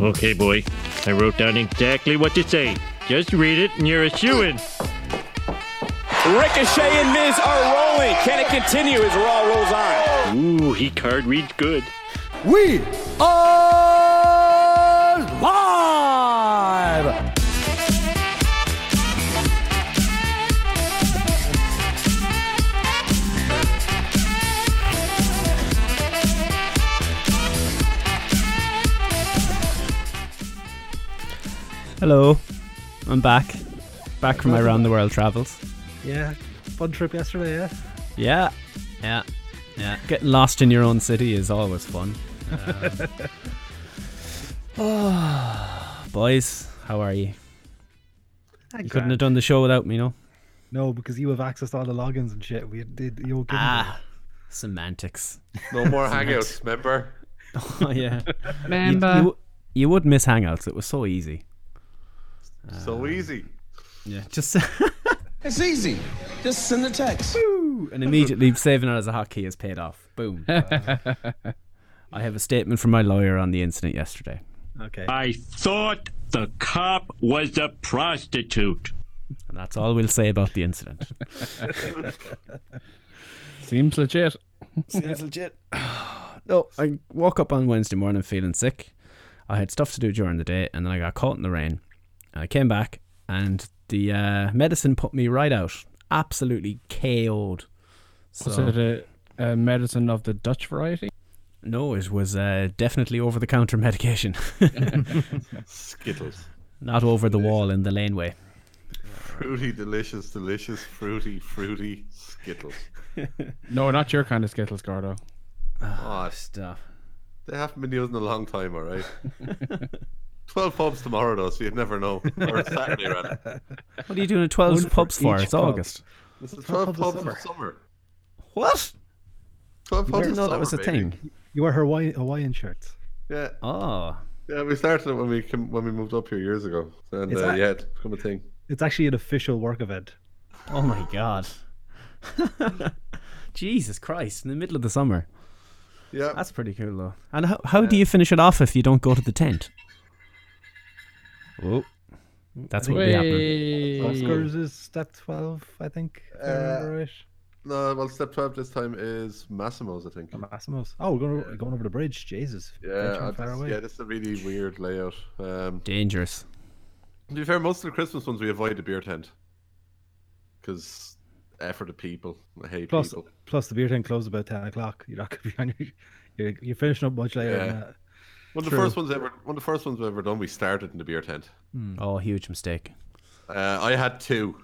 Okay, boy. I wrote down exactly what to say. Just read it, and you're a shoo in. Ricochet and Miz are rolling. Can it continue as Raw rolls on? Ooh, he card reads good. We are live. Hello, I'm back, back from my round the world travels. Yeah, fun trip yesterday. Yeah, Yeah, yeah, yeah. Getting lost in your own city is always fun. Um, boys, how are you? You couldn't have done the show without me, no? no, because you have access to all the logins and shit. We did you give Ah, semantics. No more hangouts, remember? Oh yeah, you, Remember, you, you would miss hangouts. It was so easy. So easy. Yeah, just. it's easy. Just send the text. And immediately saving it as a hotkey is paid off. Boom. I have a statement from my lawyer on the incident yesterday. Okay, I thought the cop was a prostitute. And that's all we'll say about the incident. Seems legit. Seems legit. no, Oh, I woke up on Wednesday morning feeling sick. I had stuff to do during the day, and then I got caught in the rain. And I came back, and the uh, medicine put me right out. Absolutely KO'd. Was So- it a, a medicine of the Dutch variety? No, it was uh, definitely over the counter medication, Skittles. not over the wall in the laneway. Fruity, delicious, delicious, fruity, fruity Skittles. No, not your kind of Skittles, Gordo. Oh, Stuff. they haven't been used in a long time, all right? 12 pubs tomorrow, though, so you'd never know. Or it's Saturday, rather. What are you doing at 12 One pubs for? each It's pub. August. This is 12 pubs of pubs of summer. summer. What? 12 I pubs didn't of know summer. that was a baby. thing. you wear Hawaiian Hawaiian shirts. Yeah, Oh. yeah. We started it when we came, when we moved up here years ago, and It's uh, like- yeah, it's become a thing. It's actually an official work event. Oh my god. Jesus Christ, in the middle of the summer. Yeah, That's pretty cool though. And how, how do you finish it off if you don't go to the tent? Oh. That's what would be happening. Oscars is step twelve, I think. if Uh, I remember right. no. Well, step twelve this time is Massimo's, I think. Massimo's. Oh, we're going, we're going over the bridge. Jesus. Yeah, Bridge I- from far this, away. yeah. This is a really weird layout. Um, Dangerous. to be fair, most of the Christmas ones we avoid the beer tent because effort of people. I hate Plus, people. plus the beer tent closes about ten o'clock. You're not gonna be on your. You're, you're finishing up much later. Yeah. Than that. One of the true. first ones ever. One of the first ones we ever done. We started in the beer tent. Oh, huge mistake. Uh, I had two.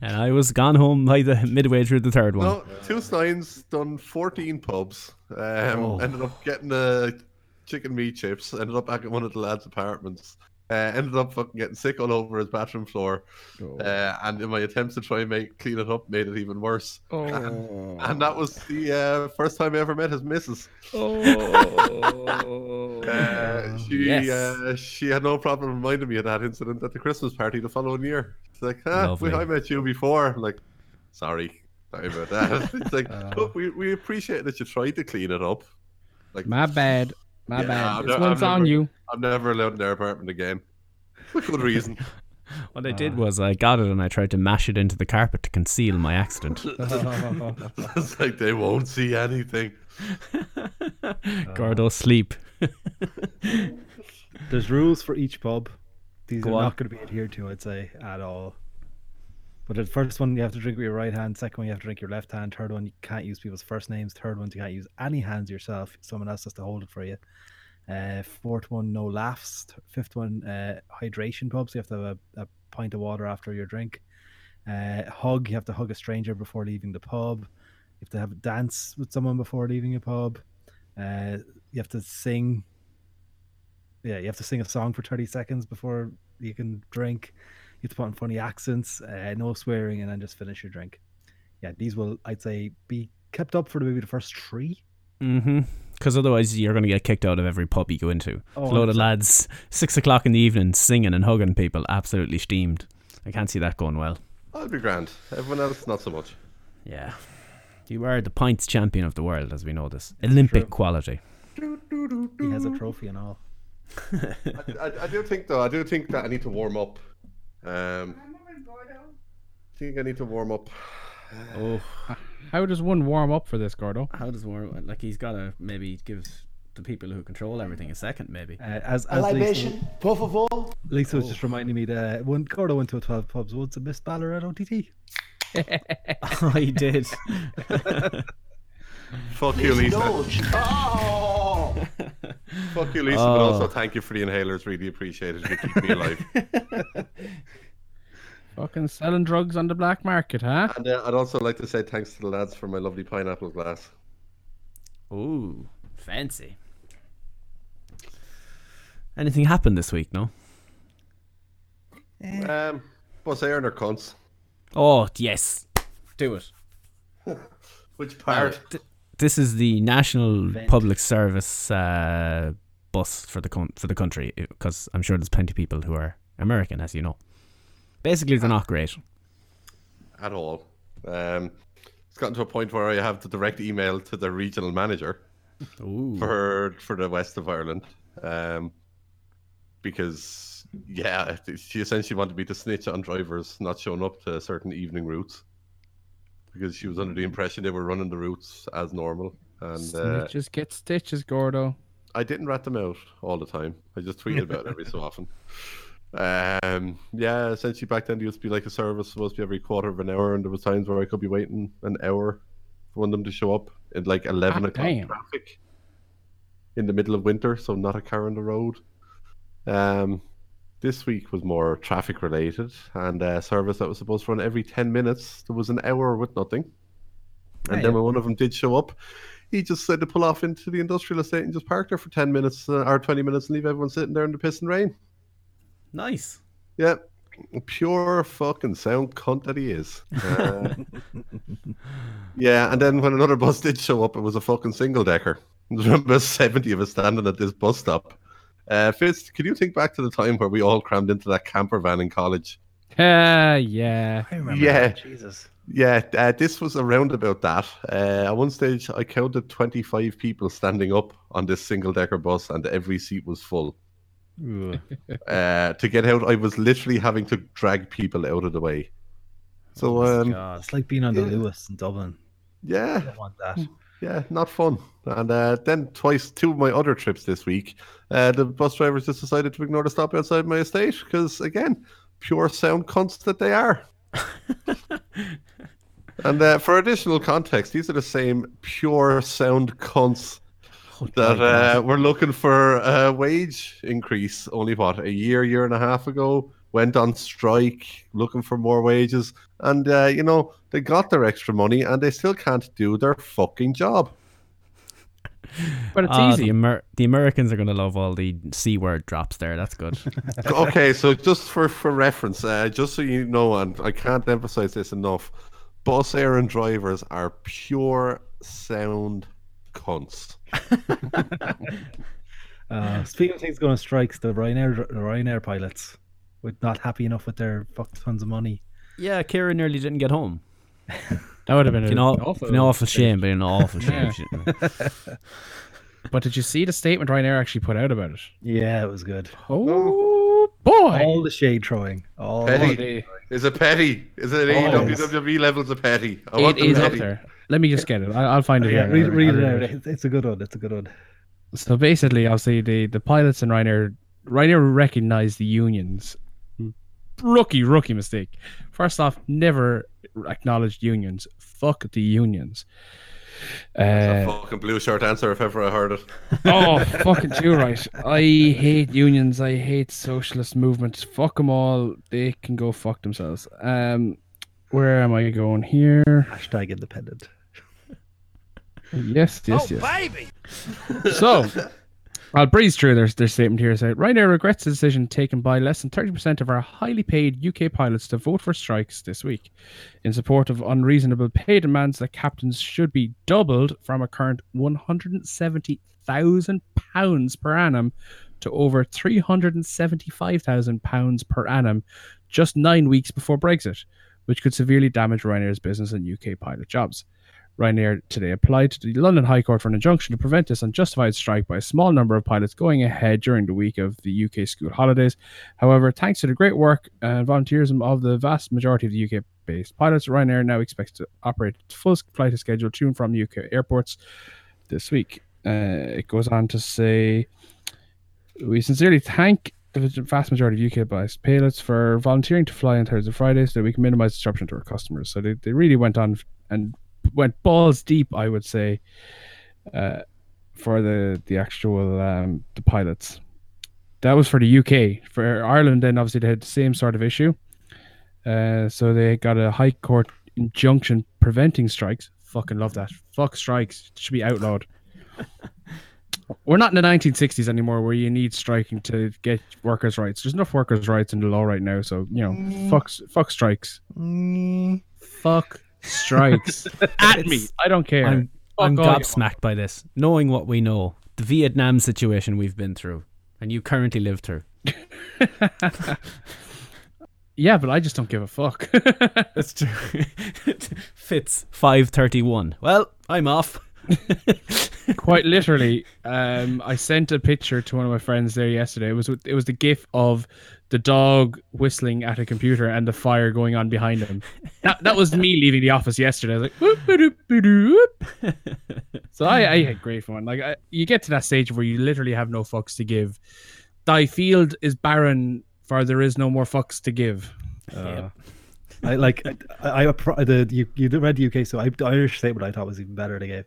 And I was gone home by the midway through the third one. No, two steins, done 14 pubs. Um, Oh. Ended up getting uh, chicken meat chips. Ended up back at one of the lads' apartments. Uh, ended up fucking getting sick all over his bathroom floor. Oh. Uh, and in my attempts to try and make clean it up, made it even worse. Oh. And that was the uh, first time I ever met his missus. Uh, she yes. uh, she had no problem reminding me of that incident at the Christmas party the following year. It's like, ah, Lovely. we, I met you before. I'm like, sorry, sorry about that. it's like, look, we, we appreciate that you tried to clean it up. Like, My bad. My Yeah, bad. I've This ne- one's I've on never- you. I'm never allowed in their apartment again. For good reason. What I did was I got it and I tried to mash it into the carpet to conceal my accident. it's like they won't see anything. Gordo sleep. There's rules for each pub. These Go are on. not going to be adhered to, I'd say, at all. But the first one you have to drink with your right hand. Second one you have to drink your left hand. Third one you can't use people's first names. Third one you can't use any hands yourself. Someone else has to hold it for you. Uh, fourth one no laughs. Th- Fifth one uh, hydration pubs. You have to have a, a pint of water after your drink. Uh, hug. You have to hug a stranger before leaving the pub. You have to have a dance with someone before leaving a pub. Uh, you have to sing yeah, you have to sing a song for 30 seconds before you can drink. You have to put on funny accents, uh, no swearing, and then just finish your drink. Yeah, these will, I'd say, be kept up for maybe the first three. Mm-hmm. Because otherwise you're going to get kicked out of every pub you go into. Oh, It's a load of lads, six o'clock in the evening, singing and hugging people, absolutely steamed. I can't see that going well. I'll be grand. Everyone else, not so much. Yeah. You are the pints champion of the world, as we know this. Olympic quality. He has a trophy and all. I, I, I do think though. I do think that I need to warm up. Um, I think I need to warm up. Oh, How does one warm up for this, Gordo? how does Warren like? He's gotta maybe give the people who control everything a second, maybe. Uh, as A as Lisa, libation, por favor. Lisa was just reminding me that when Gordo went to a 12 pubs, once a Miss Ballarat OTT. oh, he did. Fuck you, Lisa. Indulge. Oh! Fuck you, Lisa. But also thank you for the inhalers. Really appreciate it. You keep me alive. Fucking selling drugs on the black market, huh? and uh, I'd also like to say thanks to the lads for my lovely pineapple glass. Ooh, fancy. Anything happened this week? No. Um, was they earn their cunts? Oh yes, do it. Which part? This is the national public service uh, bus for the con- for the country because I'm sure there's plenty of people who are American, as you know. Basically, they're not great. at all. Um, it's gotten to a point where I have the direct email to the regional manager for for the west of Ireland, um, because yeah, she essentially wanted me to snitch on drivers not showing up to certain evening routes because she was under the impression they were running the routes as normal, and uh, Snitches get stitches, Gordo. I didn't rat them out all the time. I just tweeted about it every so often. Um, yeah, essentially back then there used to be like a service supposed to be every quarter of an hour, and there was times where I could be waiting an hour for one of them to show up at like eleven Ah, o'clock damn. traffic in the middle of winter, so not a car on the road. Um, this week was more traffic related, and a service that was supposed to run every ten minutes. There was an hour with nothing, and then when one of them did show up, he just said to pull off into the industrial estate and just park there for 10 minutes uh, or 20 minutes and leave everyone sitting there in the piss and rain. Nice. Yeah. Pure fucking sound cunt that he is. Uh, yeah, and then when another bus did show up, it was a fucking single decker. There's about 70 of us standing at this bus stop. Uh, Fitz, can you think back to the time where we all crammed into that camper van in college? Ah, yeah. I remember. Yeah. that, Jesus. Yeah, uh, this was around about that. Uh, at one stage, I counted 25 people standing up on this single decker bus, and every seat was full. Ooh. uh, to get out, I was literally having to drag people out of the way. Oh So um, God. It's like being on the Yeah. Lewis in Dublin. yeah, I want that. yeah, not fun. And uh, then twice, two of my other trips this week, uh, the bus drivers just decided to ignore the stop outside my estate because, again, pure sound cunts that they are. and uh, for additional context, these are the same pure sound cunts Oh, that uh, were looking for a wage increase only what a year, year and a half ago. Went on strike looking for more wages, and uh, you know they got their extra money, and they still can't do their fucking job. But it's Ah, The, easy. Amer- the Americans are gonna love all the c word drops there. That's good. okay, so just for for reference, uh, just so you know, and I can't emphasize this enough, bus air and drivers are pure sound cunts. Uh, speaking of things going on strikes, the Ryanair, the Ryanair pilots, with not happy enough with their fuck tons of money. yeah, Kira nearly didn't get home. That would have been You an know, awful. an awful shame, but an awful Yeah. shame. shouldn't it? But did you see the statement Ryanair actually put out about it? Yeah, it was good. Oh boy! All the shade throwing. All Petty. They- Is it petty? Is it Oh, AEW it's- WWE E levels of petty? I It want the is up petty. there. Let me just get it. I- I'll find it yeah, here. read, I'll read I'll it read out. It's, it's a good one. It's a good one. So basically, obviously, the, the pilots in Ryanair, Ryanair recognize the unions. Rookie, rookie mistake. First off, never acknowledged unions. Fuck the unions. A Uh, fucking blue shirt answer if ever I heard it. oh, fucking too right. I hate unions. I hate socialist movements. Fuck them all. They can go fuck themselves. Um, where am I going here? Hashtag independent. Yes, yes, yes. baby! so, I'll breeze through their, their statement here. So, Ryanair regrets the decision taken by less than 30% of our highly paid UK pilots to vote for strikes this week in support of unreasonable pay demands that captains should be doubled from a current £170,000 per annum to over £375,000 per annum just nine weeks before Brexit, which could severely damage Ryanair's business and UK pilot jobs. Ryanair today applied to the London High Court for an injunction to prevent this unjustified strike by a small number of pilots going ahead during the week of the UK school holidays. However, thanks to the great work uh, and volunteerism of the vast majority of the UK based pilots, Ryanair now expects to operate its full flight schedule to and from UK airports this week. Uh, it goes on to say, we sincerely thank the vast majority of UK based pilots for volunteering to fly on Thursday and Fridays so that we can minimize disruption to our customers. So they, they really went on and went balls deep, I would say, uh, for the, the actual um, the pilots. That was for the UK. For Ireland, then obviously they had the same sort of issue. Uh, so they got a high court injunction preventing strikes. Fucking love that. Fuck strikes. It should be outlawed. We're not in the 1960s anymore where you need striking to get workers' rights. There's enough workers' rights in the law right now. So, you know, fuck, s- fuck strikes. Fuck strikes. At me. I don't care. I'm, Fuck I'm all you want. gobsmacked by this. Knowing what we know, the Vietnam situation we've been through, and you currently live through. Yeah, but I just don't give a fuck. That's true. Fits five thirty one. Well, I'm off. Quite literally, um, I sent a picture to one of my friends there yesterday. It was it was the gif of the dog whistling at a computer and the fire going on behind him. That, that was me leaving the office yesterday. I was like, whoop, ba-doop, ba-doop. so I, I had great fun. Like I, you get to that stage where you literally have no fucks to give. Thy field is barren, for there is no more fucks to give. I like I, I appro- the you you read the UK, so I, the Irish statement I thought was even better. They gave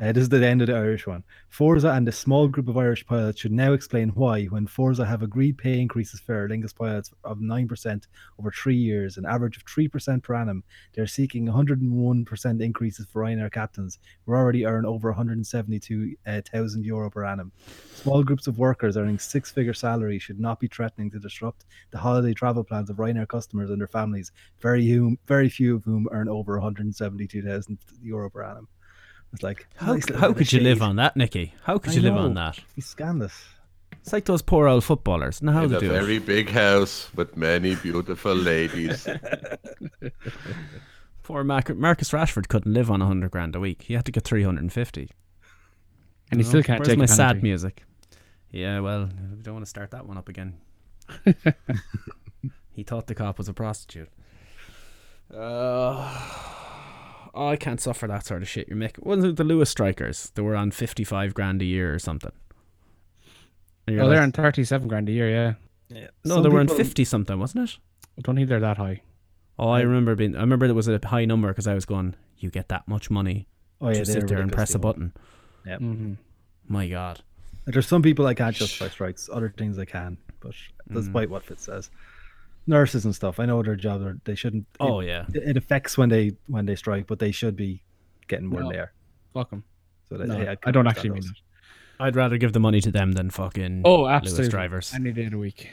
uh, this is the end of the Irish one. Forza and a small group of Irish pilots should now explain why, when Forza have agreed pay increases for Aer Lingus pilots of nine percent over three years, an average of three percent per annum, they're seeking 101 percent increases for Ryanair captains, who already earn over 172,000 euro per annum. Small groups of workers earning six-figure salaries should not be threatening to disrupt the holiday travel plans of Ryanair customers and their families, very whom, very few of whom earn over 172,000 euro per annum. It's like How, nice little how bit of could you live shade. on that, Nicky? How could I you live on know. that? He's scandalous. It's like those poor old footballers. Now how In they a do it. very big house with many beautiful ladies. Poor Mar- Marcus Rashford couldn't live on hundred grand a week. He had to get three hundred and fifty. And he still can't Where's take my a sad penalty. music? Yeah, well, we don't want to start that one up again. he thought the cop was a prostitute. Uh, oh, I can't suffer that sort of shit. You're making. Wasn't it the Lewis strikers that were on fifty-five grand a year or something? And you're Oh, they're like, on thirty-seven grand a year. Yeah, no, Some they were on people- fifty something, wasn't it? I don't think they're that high. Oh, I remember being. I remember it was a high number because I was going. You get that much money? Oh yeah, just they're sit there and ridiculous press a people. button. Yep. Mm-hmm. My God. There's some people I can't justify strikes, other things I can, but despite Mm. what Fitz says, nurses and stuff, I know their job, they're- they shouldn't. Oh it, yeah. it affects when they when they strike, but they should be getting more No. there. Fuck them. So that, No, hey, I, can understand don't actually mean those. that. I'd rather give the money to them than fucking Oh, Lewis absolutely. drivers. Any day of the week.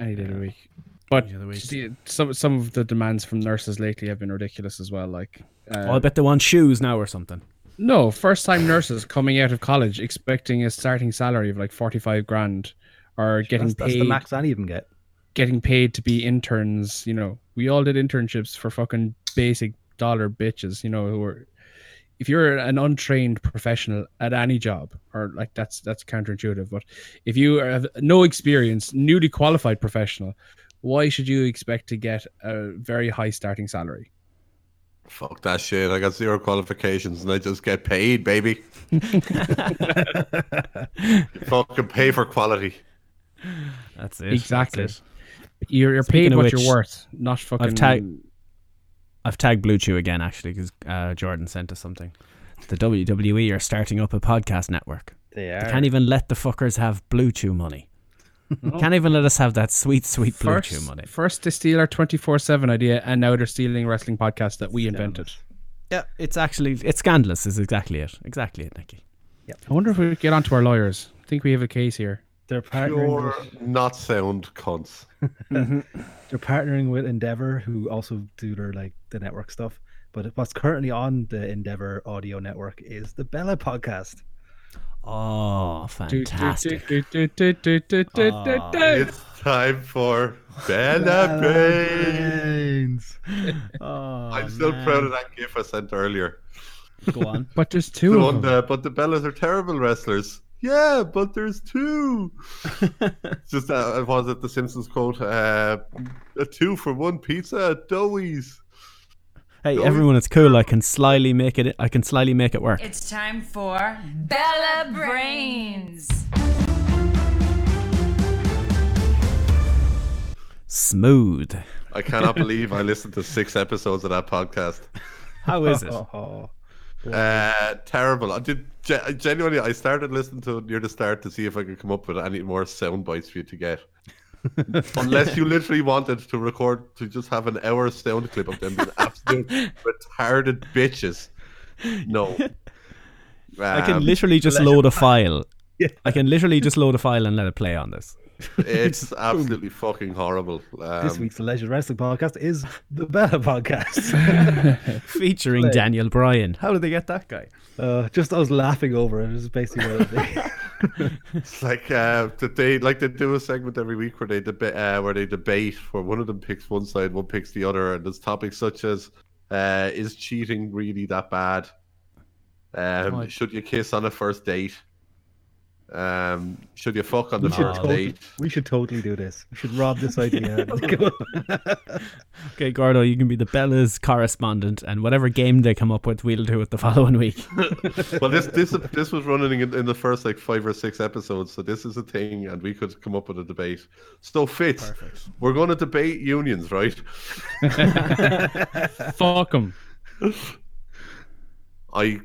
Any day of the week. But Any of the week. see, some some of the demands from nurses lately have been ridiculous as well. Like, uh, Oh, I bet they want shoes now or something. no, first time nurses coming out of college expecting a starting salary of like forty five grand, or getting That's, that's the paid max any of them get. getting paid to be interns. You know, we all did internships for fucking basic dollar bitches. You know, who are if you're an untrained professional at any job, or like that's that's counterintuitive, but if you have no experience, newly qualified professional, why should you expect to get a very high starting salary? Fuck that shit. I got zero qualifications and I just get paid, baby. Fucking pay for quality. That's it. Exactly. That's it. You're, you're Speaking paid of what which, you're worth, not fucking. tag- I've tagged Blue Chew again, actually, because uh, Jordan sent us something. The WWE are starting up a podcast network. They They are. can't even let the fuckers have Blue Chew money. Can't even let us have that sweet, sweet Blue Chew Oh. first, money. first they steal our twenty four seven idea, and now they're stealing wrestling podcast that we invented. Yeah, it's actually it's scandalous. Is exactly it. Exactly it, Nicky. I wonder if we could get onto our lawyers. I think we have a case here. They're partnering, You're with, not sound cunts. they're partnering with Endeavor, who also do their like the network stuff. But what's currently on the Endeavor audio network is the Bella podcast. Oh, fantastic! Ah, It's time for Bella Baines. Oh, I'm still proud of that gift I sent earlier. Go on. But there's The two one of them. that, but the Bellas are terrible wrestlers. Yeah, but there's two. It's just uh, was it the Simpsons quote? Uh, a two for one pizza at Doughy's. Hey, everyone, it's cool. I can slyly make it. I can slyly make it work. It's time for Bella Brains. Smooth. I cannot believe I listened to six episodes of that podcast. How is it? Oh, Uh, terrible. I did ge- genuinely. I started listening to it near the start to see if I could come up with any more sound bites for you to get. Unless you literally wanted to record to just have an hour sound clip of them being absolute retarded bitches. No. I can Um, literally just load a file. I can literally just load a file and let it play on this. It's absolutely fucking horrible. Um, this week's Leisure Wrestling podcast is the Bella podcast. Featuring Daniel Bryan. How did they get that guy? Uh, just I was laughing over it. It was basically what it is. It's like uh, that they like they do a segment every week where they debate uh, where they debate where one of them picks one side, one picks the other, and there's topics such as uh, is cheating really that bad? Um, Right. Should you kiss on a first date? Um, should you fuck on the We should, first totally, date? we should totally do this. We should rob this idea. Come on. Okay, Gordo, you can be the Bella's correspondent, and whatever game they come up with, we'll do it the following week. well, this this this was running in, in the first like five or six episodes, so this is a thing, and we could come up with a debate. So Fitz, we're going to debate unions, right? Fuck 'em. I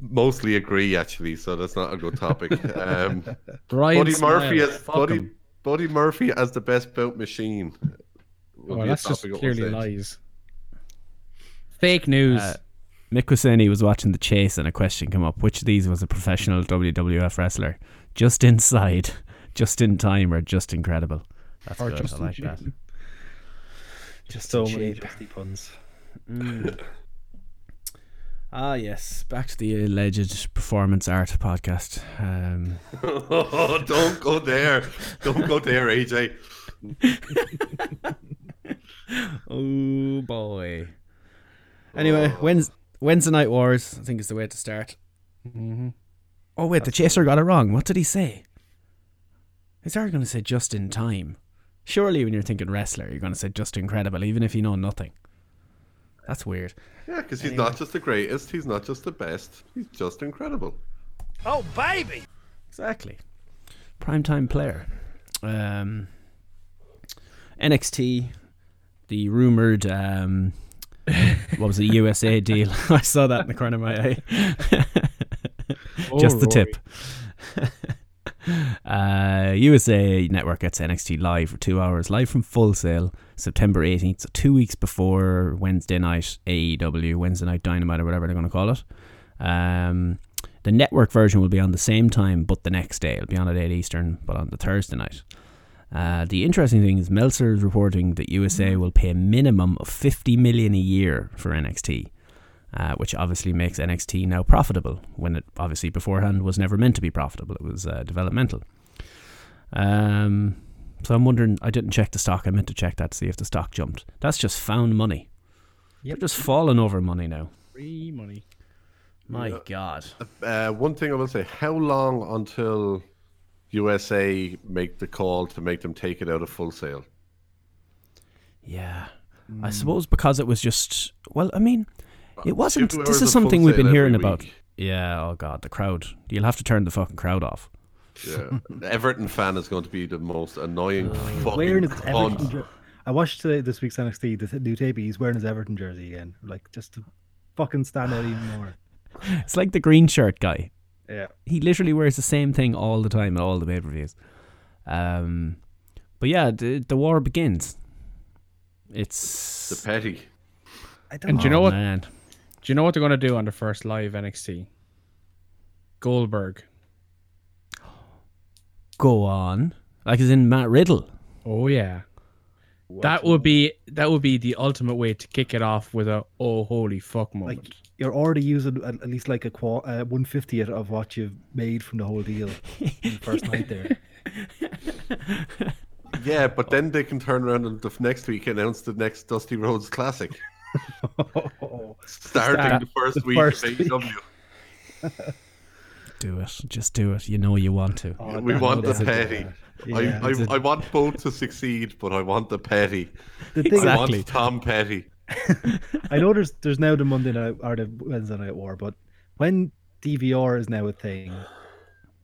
mostly agree, actually, so that's not a good topic. Um, Brian Buddy Murphy Smiles. as Fuck Buddy, 'em. Buddy Murphy as the best built machine. would Well, be a Oh, that's just topic at one clearly stage. lies. Fake news. Uh, Mick was saying he was watching The Chase, and a question came up which of these was a professional WWF wrestler? Just inside, just in time, or just incredible? That's good. I like that. just so many cheap. justy puns. Ah, yes. Back to the alleged performance art podcast. Um, oh, don't go there. Don't go there, AJ. Oh boy. Oh. Anyway, Wednesday, Wednesday Night Wars, I think is the way to start. Oh wait, the chaser got it wrong. What did he say? Is there going to say just in time? Surely, when you're thinking wrestler, you're going to say just incredible, even if you know nothing. That's weird. Yeah, because he's not just the greatest. He's not just the best. He's just incredible. Exactly. Primetime player. Um, NXT, the rumored, um, what was it, USA deal? I saw that in the corner of my eye. Just the tip. uh, USA Network gets NXT live for two hours, live from Full Sail, September 18th, so two weeks before Wednesday night AEW, Wednesday night Dynamite, or whatever they're going to call it. Um, the network version will be on the same time, but the next day. It'll be on at 8 Eastern, but on the Thursday night. Uh, the interesting thing is Meltzer is reporting that Mm. USA will pay a minimum of 50 million a year for NXT, uh, which obviously makes NXT now profitable when it obviously beforehand was never meant to be profitable. It was uh, developmental. Um, so I'm wondering. I didn't check the stock. I meant to check that to see if the stock jumped. That's just found money. They're just falling over money now. Free money. My God. Uh, one thing I will say: How long until USA make the call to make them take it out of full sale? Yeah. Mm. I suppose because it was just well, I mean, it wasn't. two This hours is of full something we've been sale hearing every about. week. Yeah. Oh God, the crowd. You'll have to turn the fucking crowd off. Yeah, Everton fan is going to be the most annoying fucking Wearing his Everton cunt. jer- I watched today, this week's NXT, the new tape. He's wearing his Everton jersey again, like just to fucking stand out even more. It's like the green shirt guy. Yeah. He literally wears the same thing all the time at all the pay per views. Um, but yeah, the, the war begins. The It's petty. I don't And do you know what? man. Do you know what they're going to do on the first live NXT? Goldberg. Go on, like as in Matt Riddle. Oh yeah. That would be that would be the ultimate way to kick it off with a oh holy fuck moment. like you're already using at at least like a qua uh, one fiftieth of what you've made from the whole deal in the first night there. Yeah, but then they can turn around and the f- next week announce the next Dusty Rhodes Classic. Starting Start the first the week first of E week. AEW. Do it. Just do it. You know you want to. Oh, We that want the would- petty. Yeah. I, I, I want both to succeed, but I want the petty. The thing is, I Exactly. want Tom Petty. I know there's there's now the Monday night or the Wednesday night war, but when DVR is now a thing,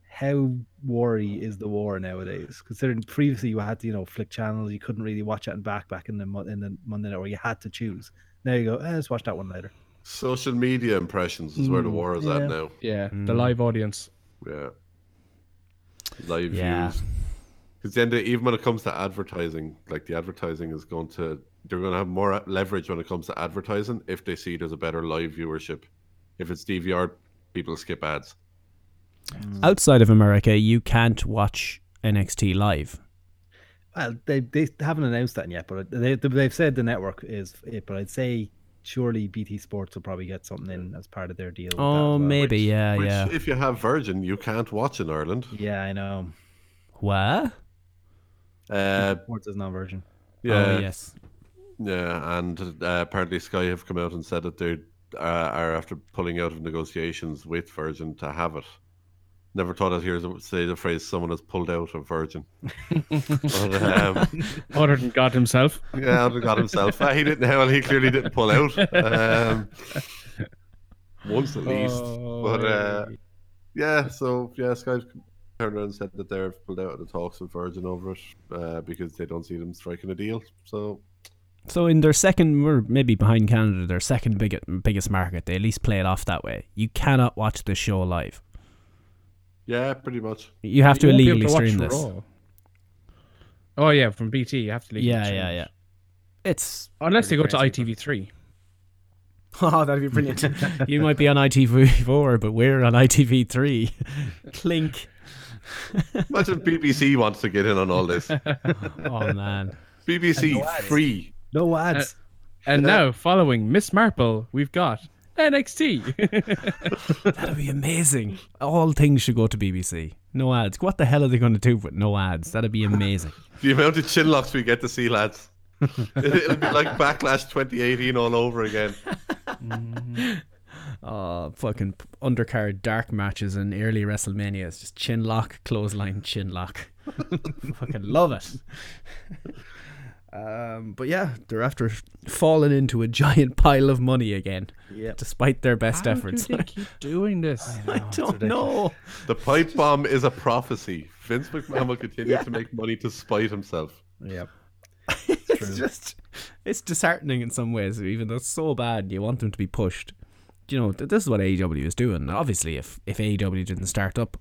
how worry is the war nowadays? Considering previously you had to you know flick channels, you couldn't really watch it and back back in the Mon- in the Monday night, or you had to choose. Now you go, eh, let's watch that one later. Social media impressions is where the war is Mm, yeah. at now. Yeah, the Hmm. live audience. Yeah. Live Yeah. views. Because then, they, even when it comes to advertising, like the advertising is going to, they're going to have more leverage when it comes to advertising if they see there's a better live viewership. If it's DVR, people skip ads. Mm. Outside of America, you can't watch NXT live. Well, they they haven't announced that yet, but they they've said the network is it. But I'd say surely BT Sports will probably get something in as part of their deal. With that as Oh, well. maybe. yeah, Which, yeah. if you have Virgin, you can't watch in Ireland. Yeah, I know. Where? Uh, Sports is non-version. yeah, Oh, yes. yeah, and uh, apparently Sky have come out and said that they uh, are after pulling out of negotiations with Virgin to have it. Never thought I'd hear them say the phrase "someone has pulled out of Virgin." but, um, Other than God himself. yeah, I'd have got himself. Uh, he didn't. Well, he clearly didn't pull out. Um, once at least, but uh, yeah. So yeah, Sky's turned around and said that they're pulled out of the talks with Virgin over it uh, because they don't see them striking a deal. So So in their second, we're maybe behind Canada, their second biggest biggest market. They at least play it off that way. You cannot watch the show live. yeah, pretty much. You have to You won't be able illegally to stream watch this. Raw. Oh yeah, from BT you have to. illegally Yeah, stream yeah, it. yeah. It's Unless they go to ITV3. oh, that'd be brilliant. you might be on ITV4, but we're on ITV3. Clink. Imagine BBC wants to get in on all this. Oh man. BBC free. No Uh, ads. And now, following Miss Marple, we've got NXT. That'd be amazing. All things should go to BBC. No ads. What the hell are they going to do with no ads? That'd be amazing. The amount of chin locks we get to see, lads. It- It'll be like Backlash 2018 all over again. Oh, fucking p- undercard dark matches and early WrestleManias. Just chin lock, clothesline, chin lock. fucking love it. Um, but yeah, they're after falling into a giant pile of money again, Yeah. despite their best How do efforts. they keep doing this? I don't know. The pipe bomb is a prophecy. Vince McMahon will continue to make money to spite himself. Yep. It's just, it's disheartening in some ways, even though it's so bad. You want them to be pushed. You know, th- this is what AEW is doing. Obviously, if, if AEW didn't start up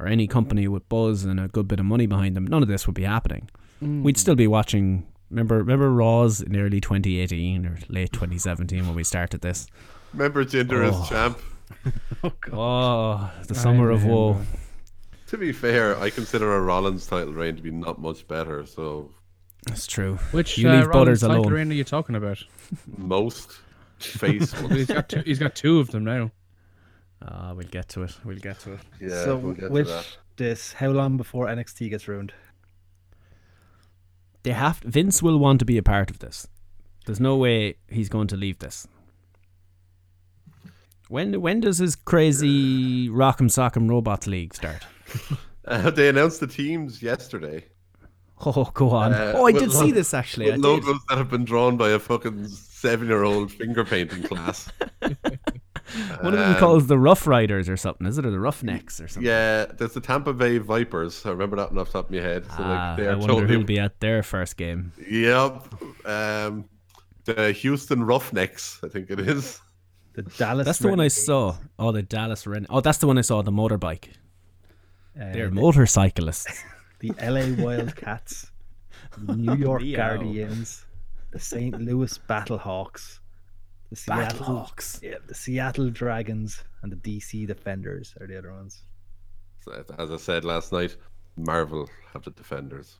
or any company with buzz and a good bit of money behind them, none of this would be happening. We'd still be watching. Remember, remember Raws in early 2018 or late 2017 when we started this. Remember Jinder as champ? Oh, the summer of woe. To be fair, I consider a Rollins title reign to be not much better. So That's true. Which you uh, leave Rollins Butters alone. title reign are you talking about? most face ones. He's got two, he's got two of them now. Ah, we'll get to it. We'll get to it. Yeah, so we'll get to with that. this, how long before NXT gets ruined? They have Vince will want to be a part of this. There's no way he's going to leave this. When when does his crazy Rock'em Sock'em Robots League start? Uh, they announced the teams yesterday. Oh, go on. Uh, oh, I with did see lo- this actually. I With did. logos that have been drawn by a fucking seven-year-old finger painting class. One of them Um, calls the Rough Riders or something, is it? Or the Roughnecks or something? Yeah, there's the Tampa Bay Vipers. I remember that one off the top of my head. So Ah, like they I are wonder totally who'll be at their first game. Yep. Um, the Houston Roughnecks, I think it is. The Dallas. That's the one I Renegades, saw. Oh, the Dallas Ren. Oh, that's the one I saw. The motorbike. uh, They're motorcyclists. the LA Wildcats, the New York Leo. Guardians, the St. Louis Battlehawks, the Seattle, Battlehawks. Yeah, the Seattle Dragons, and the DC Defenders are the other ones. So, As I said last night, Marvel have the defenders.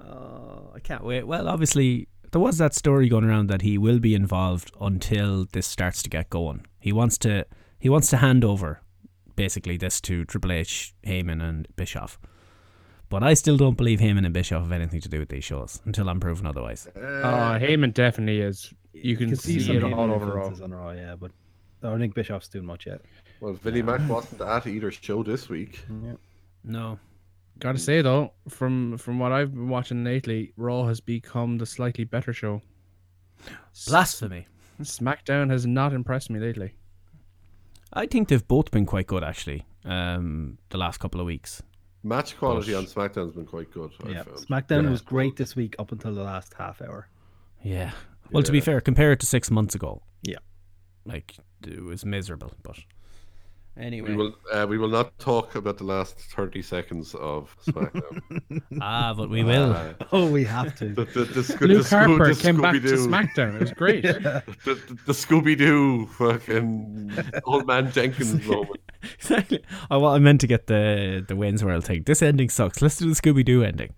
Oh, I can't wait. Well, obviously, there was that story going around that he will be involved until this starts to get going. He wants to he wants to hand over basically this to Triple H, Heyman, and Bischoff. But I still don't believe Heyman and Bischoff have anything to do with these shows until I'm proven otherwise. Uh, Heyman definitely is. You can, see, some it Heyman all over Raw. influences on Raw, yeah, but I don't think Bischoff's doing much yet. Well, Vinnie Mac wasn't at either show this week. No. Gotta say though, from from what I've been watching lately, Raw has become the slightly better show. Blasphemy. Hmm. SmackDown has not impressed me lately. I think they've both been quite good, actually, um, the last couple of weeks. Match quality on SmackDown's been quite good. I Yeah, found. SmackDown was great this week up until the last half hour. Yeah. Well, to be fair, compare it to six months ago. Yeah. Like, it was miserable, but. we Anyway. will uh, we will not talk about the last thirty seconds of SmackDown. Uh, Uh, Ah, but we will. Oh, we have to. the, the, the, sc- the Luke sco- Harper the came back to Scooby-Doo- SmackDown. It was great. The, the, the Scooby Doo fucking old man Jenkins moment. exactly. I, wa- I meant to get the the Wayne's World thing. This ending sucks. Let's do the Scooby Doo ending.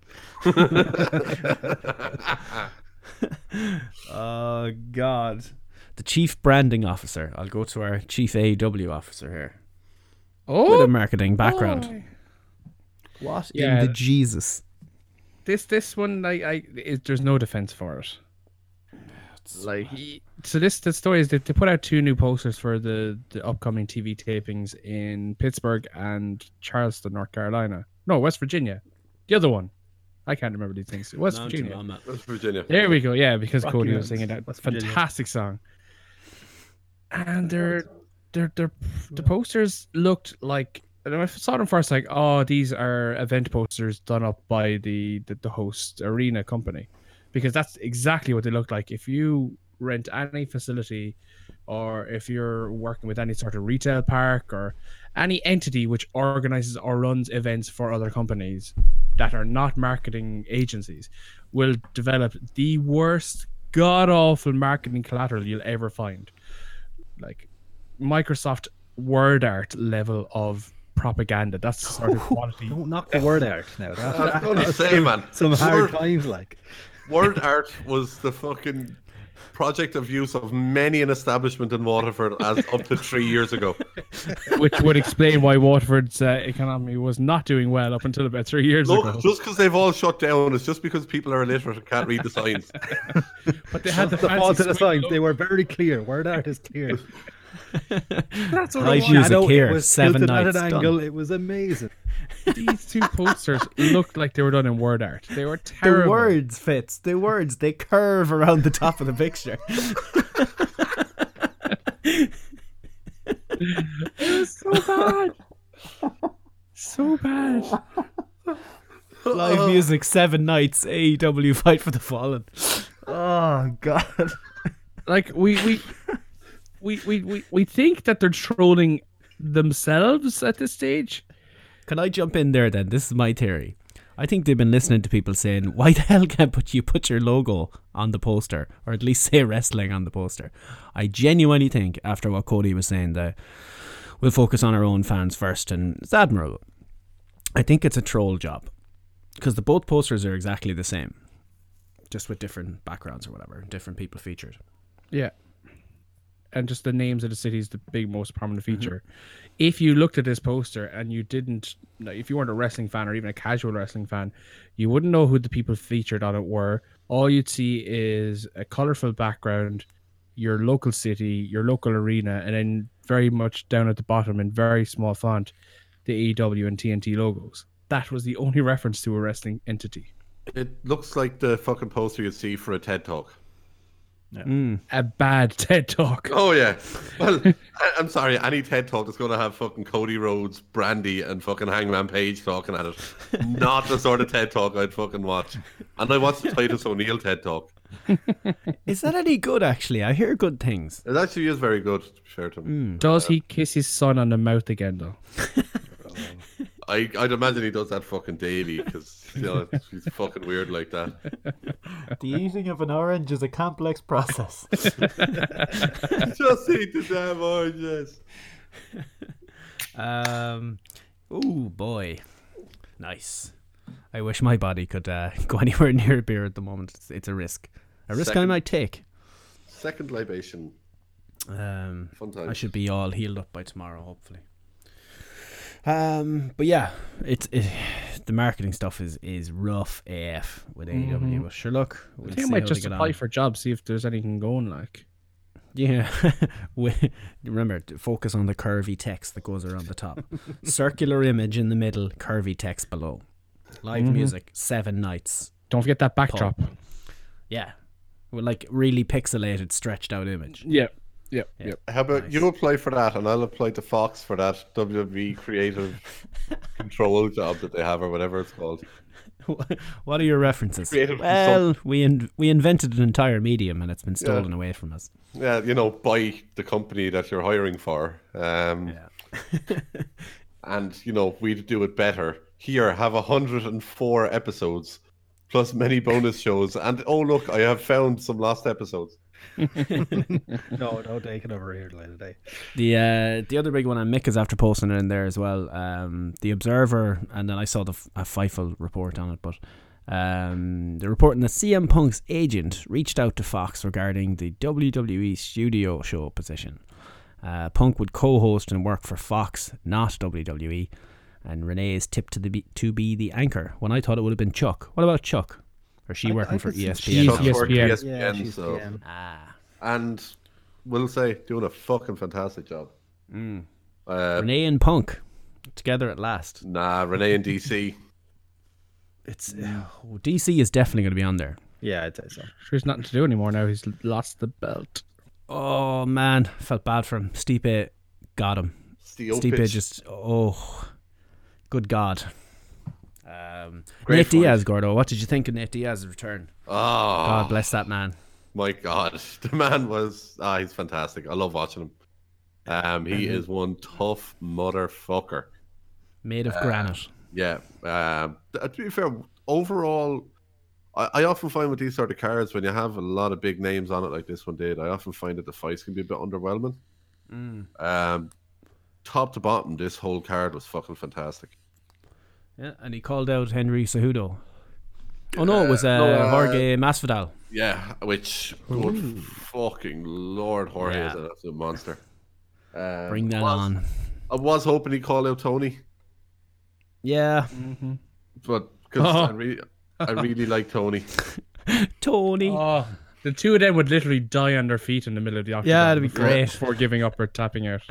oh God! The chief branding officer. I'll go to our chief AEW officer here with a Oh, marketing background. What Yeah. in the Jesus? this this one, I, I it, there's no defense for it. Like he- so, this the story is that they put out two new posters for the the upcoming TV tapings in Pittsburgh and Charleston, North Carolina. No, West Virginia. The other one, I can't remember these things. West Virginia. That's Virginia. There we go. Yeah, because Rocky Cody Mountains, was singing that West Virginia. fantastic song. And they're they're they're the posters looked like and when I saw them first like oh these are event posters done up by the the, the host arena company because that's exactly what they look like if you rent any facility or if you're working with any sort of retail park or any entity which organizes or runs events for other companies that are not marketing agencies will develop the worst god awful marketing collateral you'll ever find like microsoft word art level of propaganda that's the sort of quality Don't knock the word out now. I was That, gonna say, man. some hard word, times, like. word art was the fucking project of use of many an establishment in Waterford as up to three years ago. which would explain why waterford's uh, economy was not doing well up until about three years No, ago just because they've all shut down, it's just because people are illiterate and can't read the signs. but they had the, The fancy pause of the square signs, they were very clear. Word art is clear. That's what Live I music Shadow, here. It was seven tilted at nights an done. angle. It was amazing. These two posters looked like they were done in word art. They were terrible. The words fits. The words they curve around the top of the picture. It was so bad. so bad. Live music, seven nights, AEW fight for the fallen. Oh God! Like we we we we we, we think that they're trolling themselves at this stage. Can I jump in there then? This is my theory. I think they've been listening to people saying, "Why the hell can't put you put your logo on the poster, or at least say wrestling on the poster?" I genuinely think after what Cody was saying that we'll focus on our own fans first, and it's admirable. I think it's a troll job because the both posters are exactly the same, just with different backgrounds or whatever, different people featured. Yeah. And just the names of the cities, the big most prominent feature. If you looked at this poster and you didn't, no, if you weren't a wrestling fan or even a casual wrestling fan, you wouldn't know who the people featured on it were. All you'd see is a colorful background, your local city, your local arena, and then very much down at the bottom in very small font, the AEW and TNT logos. That was the only reference to a wrestling entity. It looks like the fucking poster you'd see for a TED talk. A bad TED talk. Oh yeah. Well, I, I'm sorry. Any TED talk that's going to have fucking Cody Rhodes, Brandy, and fucking Hangman Page talking at it. Not the sort of TED talk I'd fucking watch. And I watched the Titus O'Neil TED talk. Is that any good? Actually, I hear good things. It actually is very good. To be fair to him, Does he kiss his son on the mouth again, though? I I'd imagine he does that fucking daily because you know, he's fucking weird like that. The eating of an orange is a complex process. Just eat the damn oranges. Um, oh boy, nice. I wish my body could uh, go anywhere near a beer at the moment. It's, it's a risk, a risk I Second. might take. Second libation. Um, Fun time. I should be all healed up by tomorrow, hopefully. Um, but yeah, it's it, the marketing stuff is is rough AF with AEW. But sure, look, we'll Mm-hmm. I think I see might how just they get apply on. for jobs, see if there's anything going. Like, Yeah, we, remember to focus on the curvy text that goes around the top. Circular image in the middle, curvy text below. Live music, seven nights. don't forget that backdrop. Yeah, with like really pixelated, stretched out image. Yeah, yeah, yeah. How about you apply for that, and I'll apply to Fox for that WWE creative control job that they have, or whatever it's called. what are your references? Creative well, we in, we invented an entire medium and it's been stolen away from us. Yeah, you know, by the company that you're hiring for. Um, and you know, we'd do it better. Here, have 104 episodes, plus many bonus shows, and oh look, I have found some lost episodes. No, no, they can over here eh? later today. The uh, the other big one, and Mick is after posting it in there as well. Um, the Observer, and then I saw the F- a Feifel report on it, but um, they're reporting that CM Punk's agent reached out to Fox regarding the WWE studio show position. Uh, Punk would co-host and work for Fox, not WWE. And Renee is tipped to the be- to be the anchor. When I thought it would have been Chuck. What about Chuck? Or she I- working I for E could see ESPN? Chuck now? Yes, Work ESPN. Yeah, ESPN, she's so- PM. Ah, and we'll say doing a fucking fantastic job. Uh, Renee and Punk together at last. Nah, Renee and DC. It's oh, DC is definitely going to be on there. Yeah, I'd say so. Sure, he's nothing to do anymore now. He's lost the belt. Oh man, felt bad for him. Stipe got him. Steel Stipe pitch. just oh, good god. Um, Great Nate fight. Diaz, Gordo. What did you think of Nate Diaz's return? Ah. God bless that man. my god the man was ah he's fantastic i love watching him um he is one tough motherfucker Made of granite. yeah um th- to be fair overall I, I often find with these sort of cards when you have a lot of big names on it like this one did i often find that the fights can be a bit underwhelming Mm. um top to bottom this whole card was fucking fantastic Yeah, and he called out Henry Cejudo. Oh no, it was uh, Jorge Masvidal. Yeah, which good fucking lord, Jorge is Yeah. an absolute monster. Um, Bring that was- on. I was hoping he'd call out Tony, Yeah, but because Uh-huh. I really, I really like Tony. Tony. Oh, the two of them would literally die on their feet in the middle of the octagon. Yeah, that'd be before- great. Before giving up or tapping out.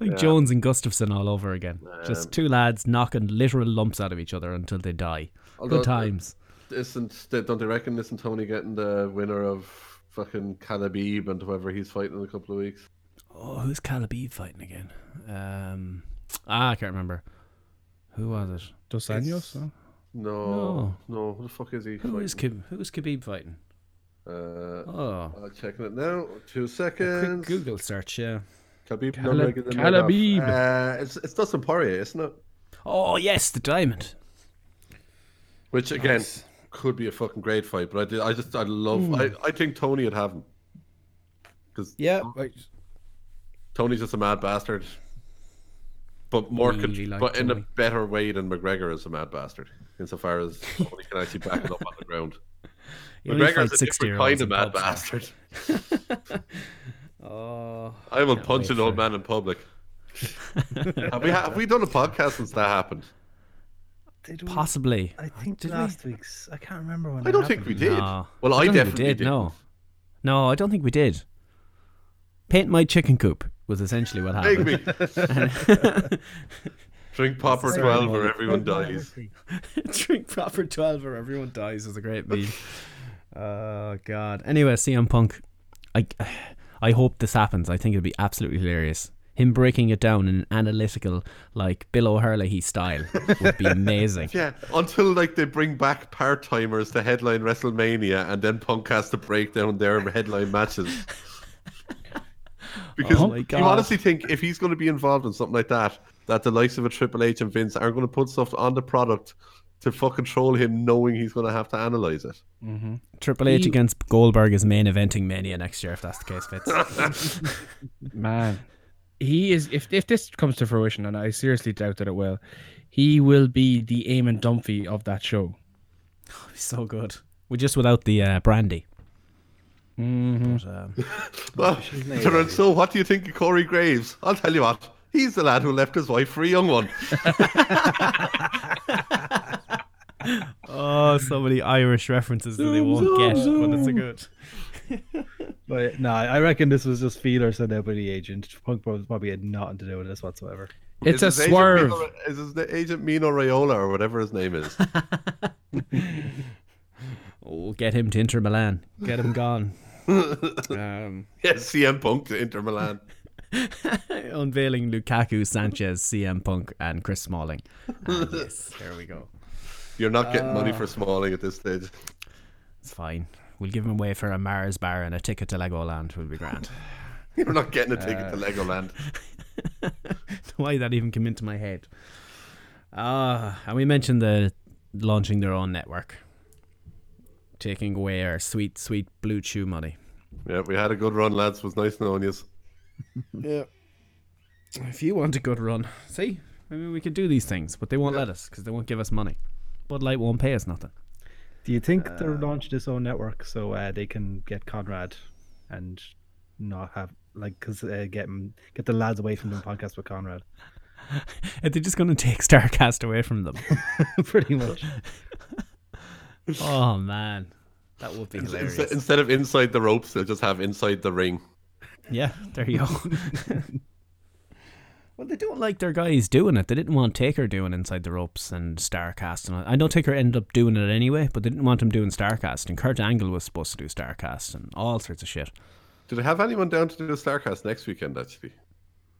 like Jones and Gustafson all over again. Just two lads knocking literal lumps out of each other until they die. Although- Good times. Isn't they- don't they reckon? Isn't Tony getting the winner of fucking Khabib and whoever he's fighting in a couple of weeks? Oh, who's Calibee fighting again? Um, ah, I can't remember. Who was it? Dos años? huh? No, no, who the fuck is he? Who fighting? is Khabib, who is Khabib fighting? Uh, Oh, I'm checking it now. Two quick seconds. Google search. Yeah. Khabib Calib- Nurmagomedov. Calibib. Uh, it's it's Dustin Poirier, isn't it? Oh yes, the diamond. Which again could be a fucking great fight, but I did, I just I love Hmm. I, I think Tony would have him because Yeah. Tony's just a mad bastard, but more con- Really like but in a Tony. better way than McGregor is a mad bastard insofar as Tony can actually back it up on the ground. McGregor's a different kind of mad bastard. Oh, I will Can't punch wait an old for- man in public. have we have we done a podcast since that happened? Did we- possibly. I think Did we? last week's. I can't remember when. I it don't think we happened. did. No. Well, I, don't think definitely we did. No, no, I don't think we did. Paint my chicken coop was essentially what Take happened. me. Drink popper twelve, or everyone dies. Drink proper 12 or everyone dies is a great meme. oh, God. Anyway, CM Punk, I, I hope this happens. I think it'd be absolutely hilarious. Him breaking it down in an analytical, like Bill O'Herlihy style would be amazing. Yeah, until like they bring back part timers to headline WrestleMania, and then Punk has to break down their headline matches. Because Oh my you God. honestly think if he's going to be involved in something like that, that the likes of a Triple H and Vince are going to put stuff on the product to fucking troll him, knowing he's going to have to analyze it. Triple H against Goldberg is main eventing Mania next year, if that's the case, Fitz. Man, he is. If if this comes to fruition, and I seriously doubt that it will, he will be the Eamon Dumphy of that show. so good. We're just without the uh, brandy. But, um, Well, so what do you think of Corey Graves? I'll tell you what, He's the lad who left his wife for a young one. Oh, so many Irish references that they won't get, but it's a good. But no, I reckon this was just feelers sent out by the agent. Punk Bros probably had nothing to do with this whatsoever. Is It's a his agent swerve. Mino- Is his the agent Mino Raiola or whatever his name is? Oh, get him to Inter Milan. Get him gone. um, yes, CM Punk to Inter Milan. unveiling Lukaku, Sanchez, CM Punk, and Chris Smalling. Ah, yes, there we go. You're not getting money for Smalling at this stage. It's fine. We'll give him away for a Mars bar and a ticket to Legoland. Will be grand. You're not getting a ticket to Legoland. Why did that even come into my head? Ah, and we mentioned the launching their own network, taking away our sweet, sweet blue chew money. Yeah, we had a good run, lads. It was nice knowing you. If you want a good run, see, I mean, we could do these things, but they won't let us because they won't give us money. Bud Light won't pay us nothing. Do you think Uh, they're launching this own network so uh, they can get Conrad and not have like because uh, get him- get the lads away from the podcast with Conrad? Are they just going to take Starcast away from them? Pretty much. oh man, that would be hilarious. Instead, instead of inside the ropes, they'll just have inside the ring. Yeah, there you go. well, they don't like their guys doing it. They didn't want Taker doing Inside the Ropes and Starcast. And all- I know Taker ended up doing it anyway, but they didn't want him doing Starcast. And Kurt Angle was supposed to do Starcast and all sorts of shit. Do they have anyone down to do the Starcast next weekend, actually?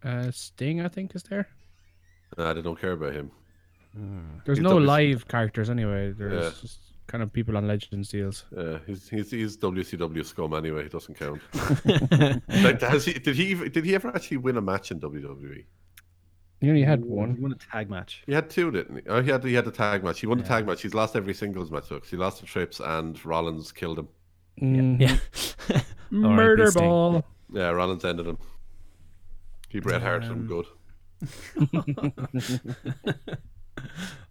Uh, Sting, I think, is there. Nah, they don't care about him. There's He's no obviously- live characters anyway. There's Yeah. just kind of people on Legends deals. Uh, he's, he's he's WCW scum anyway. He doesn't count. like, has he, did he ev- did he ever actually win a match in E? WWE? You only had You one. want a tag match? He had two, didn't he? Oh, he had he had a tag match. He won the tag match. He's lost every singles match though, 'cause he lost to Trips and Rollins killed him. Mm, Yeah. Murder Sting. ball. Yeah, Rollins ended him. He Bret Hart Um, him good.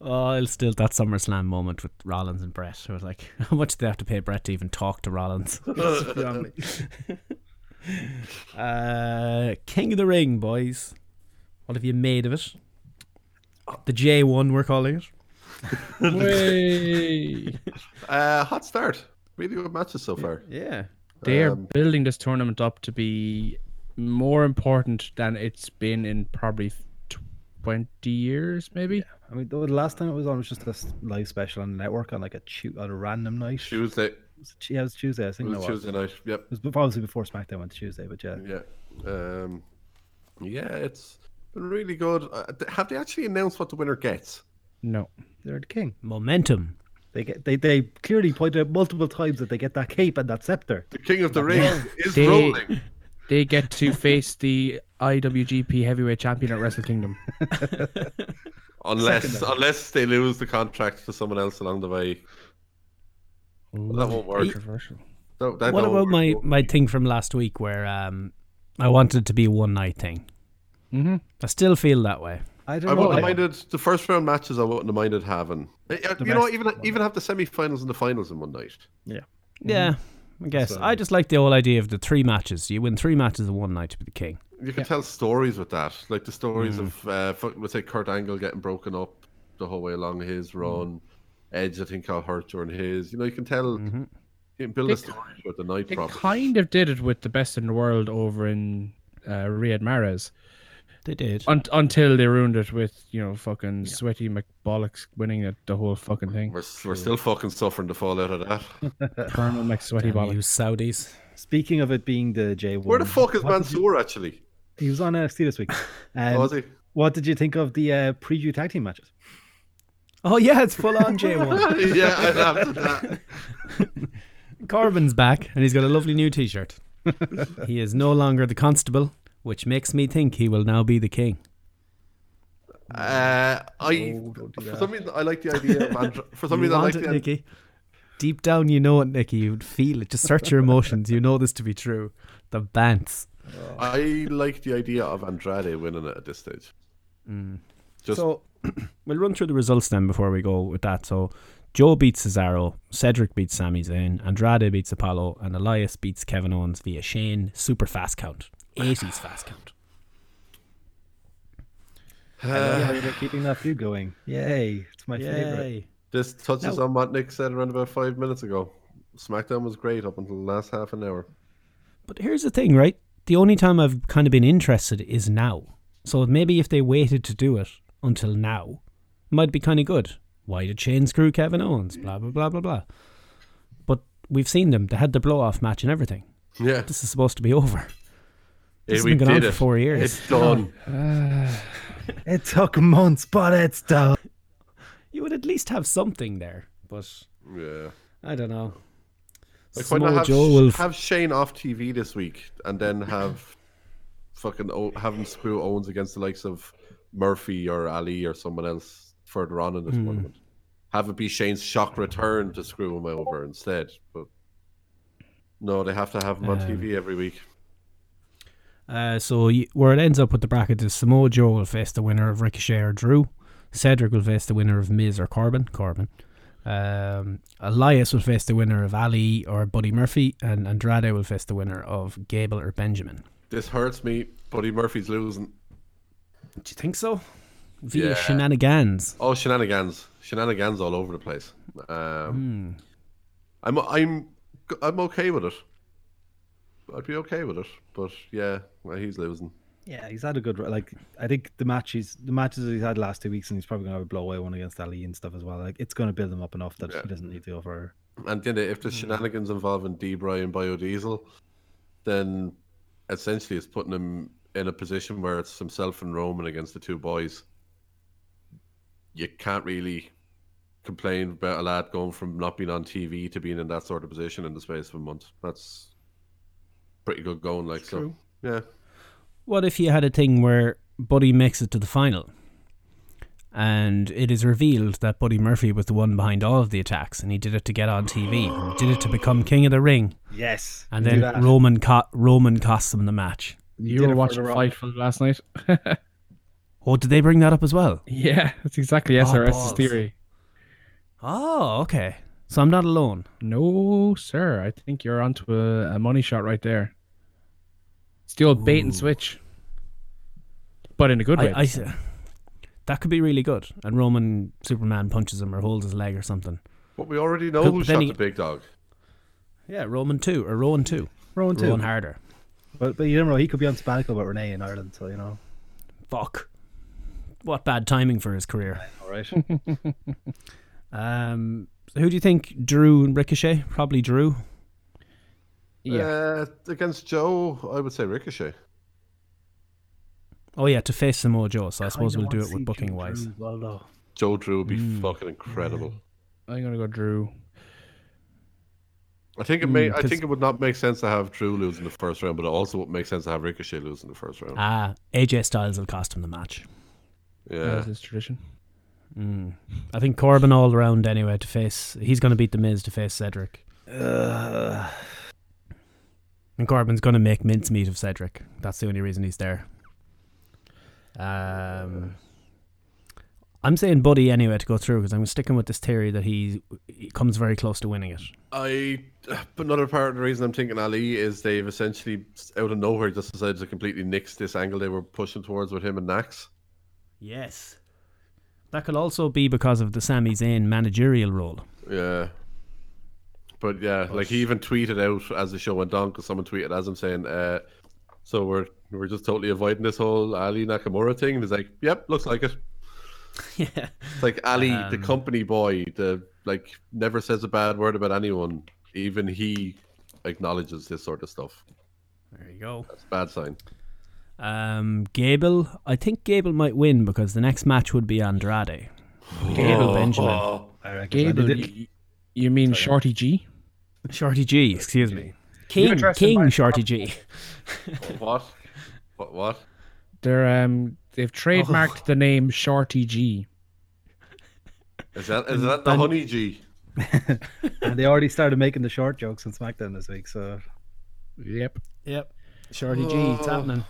Oh, I'll still that SummerSlam moment with Rollins and Brett. I was like, how much do they have to pay Brett to even talk to Rollins? uh, King of the Ring, boys. What have you made of it? The J1, we're calling it. Way. Uh, hot start. Really good matches so far. Yeah. they are Um, building this tournament up to be more important than it's been in probably 20 years, maybe. I mean, the last time it was on was just a s- live special on the network on like a tu- on a random night. Tuesday. It was, yeah, it was Tuesday. I think It it was was. Tuesday night. Yep. It was be- obviously before SmackDown went to Tuesday, but yeah. Yeah. Um, yeah, it's been really good. Uh, th- have they actually announced what the winner gets? No. they're the king. Momentum. They get they, they clearly pointed out multiple times that they get that cape and that scepter. The King of the Ring is They- rolling. They get to face the IWGP Heavyweight Champion at Wrestle Kingdom. Unless unless they lose the contract to someone else along the way. that won't work. Controversial. No, that what don't about work. my, my thing from last week where um, I wanted it to be a one night thing? Mhm. I still feel that way. I don't I know. wouldn't have I, minded the first round matches. I wouldn't have minded having. Uh, You know, best even even have the semi-finals and the finals in one night. Yeah, I guess. I just like the whole idea of the three matches. You win three matches in one night to be the king. You can tell stories with that, like the Mm. stories of, uh, fuck- let's say, Kurt Angle getting broken up the whole way along his Mm. run. Edge, I think, got hurt during his. You know, you can tell, Mm-hmm. you can build a They- story with the night They problem. kind of did it with the best in the world over in uh, Riyad Mahrez They did. un- until they ruined it with, you know, fucking sweaty McBollocks winning the, the whole fucking thing. We're, we're still fucking suffering the fallout of that. Colonel McSweaty Damn you Bollocks. Saudis. speaking of it being the J one, Where the fuck is Mansoor, actually? He was on NXT this week. Oh, Um, is he? what did you think of the uh, preview tag team matches? Oh yeah, it's full on J1. yeah, I laughed at that. Corbin's back, and he's got a lovely new T-shirt. he is no longer the constable, which makes me think he will now be the king. Uh, Oh, I, for some reason, I like the idea of Andra- For some You reason, I like want it, the idea. Nikki. Deep down, you know it, Nikki. You'd feel it. Just search your emotions. You know this to be true. The bants. I like the idea of Andrade winning it at this stage. Mm. Just So we'll run through the results then before we go with that. So Joe beats Cesaro, Cedric beats Sami Zayn, Andrade beats Apollo, and Elias beats Kevin Owens via Shane super fast count, eighties fast count. Yeah, they're keeping that feud going. Yay! It's my favorite. Yay. This touches on what Nick said around about five minutes ago. SmackDown was great up until the last half an hour. But here's the thing, right? The only time I've kind of been interested is now. So maybe if they waited to do it until now, it might be kind of good. Why did Shane screw Kevin Owens? Blah, blah, blah, blah, blah. But we've seen them. They had the blow off match and everything. Yeah, This is supposed to be over. Hey, has we been going on did for it. four years. It's done. It took months, but it's done. You would at least have something there. But Yeah. I don't know. Like why Samoa not have, Joe will f- have Shane off TV this week and then have fucking o- have him screw Owens against the likes of Murphy or Ali or someone else further on in the tournament. Have it be Shane's shock return to screw him over instead. But no, they have to have him on TV every week. Uh, so you, where it ends up with the bracket is Samoa Joe will face the winner of Ricochet or Drew. Cedric will face the winner of Miz or Corbin. Corbin. Um, Elias will face the winner of Ali or Buddy Murphy, and Andrade will face the winner of Gable or Benjamin. This hurts me. Buddy Murphy's losing. Do you think so? Via Yeah. shenanigans. Oh, shenanigans, shenanigans all over the place. Um, I'm I'm I'm okay with it. I'd be okay with it, but yeah, well, he's losing. Yeah, he's had a good r- like. I think the matches, the matches he's had last two weeks, and he's probably gonna have a blow away one against Ali and stuff as well. Like it's gonna build him up enough that he doesn't need to go for. And then if there's shenanigans involving Debray and biodiesel, then essentially it's putting him in a position where it's himself and Roman against the two boys. You can't really complain about a lad going from not being on TV to being in that sort of position in the space of a month. That's pretty good going, like so. Yeah. What if you had a thing where Buddy makes it to the final? And it is revealed that Buddy Murphy was the one behind all of the attacks, and he did it to get on TV, and he did it to become King of the Ring, Yes, And do then that. Roman co- Roman cost them the match. You did it were for watching the Raw. Fightful last night. Oh, did they bring that up as well? yeah, that's exactly SRS's balls. theory. Oh, okay. So I'm not alone. No, sir. I think you're onto a, a money shot right there. It's the old bait and switch, but in a good way. I, I, that could be really good. And Roman Superman punches him or holds his leg or something. But we already know But who then shot he- the big dog. Yeah, Roman two or Rowan two. Rowan too. Rowan harder. But but you don't know. He could be on sabbatical with Renee in Ireland, so you know. Fuck. What bad timing for his career. All right. Um, so who do you think? Drew and Ricochet? Probably Drew. Yeah. Uh, against Joe, I would say Ricochet. Oh yeah, to face Samoa Joe. So I suppose we'll do it with booking wise. Well, though. Joe Drew would be Hmm. fucking incredible. I'm gonna go Drew. I think it may. I Mm, 'cause- think it would not make sense to have Drew lose in the first round, but it also would make sense to have Ricochet lose in the first round. Ah, AJ Styles will cost him the match. yeah, As is tradition. I think Corbin all around anyway to face. He's going to beat the Miz to face Cedric. Uh. And Corbin's going to make mincemeat of Cedric. That's the only reason he's there. Um, I'm saying Buddy anyway to go through because I'm sticking with this theory that he, he comes very close to winning it. I. But another part of the reason I'm thinking Ali is they've essentially out of nowhere just decided to completely nix this angle they were pushing towards with him and Nax. Yes. That could also be because of the Sami Zayn managerial role. Yeah. But yeah, like he even tweeted out as the show went on because someone tweeted as him saying, uh, "So we're we're just totally avoiding this whole Ali Nakamura thing." And he's like, "Yep, looks like it." yeah. It's like Ali, the company boy, the like never says a bad word about anyone. Even he acknowledges this sort of stuff. There you go. That's a bad sign. Um, Gable, I think Gable might win because the next match would be Andrade. Gable Benjamin, I reckon Gable, Gable, did, you, you mean Shorty G? Shorty G, excuse me, King, interested King by- Shorty G. What? What? What? They're um they've trademarked the name Shorty G. Is that is that the honey G? and they already started making the short jokes on SmackDown this week. So Yep. Yep, Shorty G, it's happening.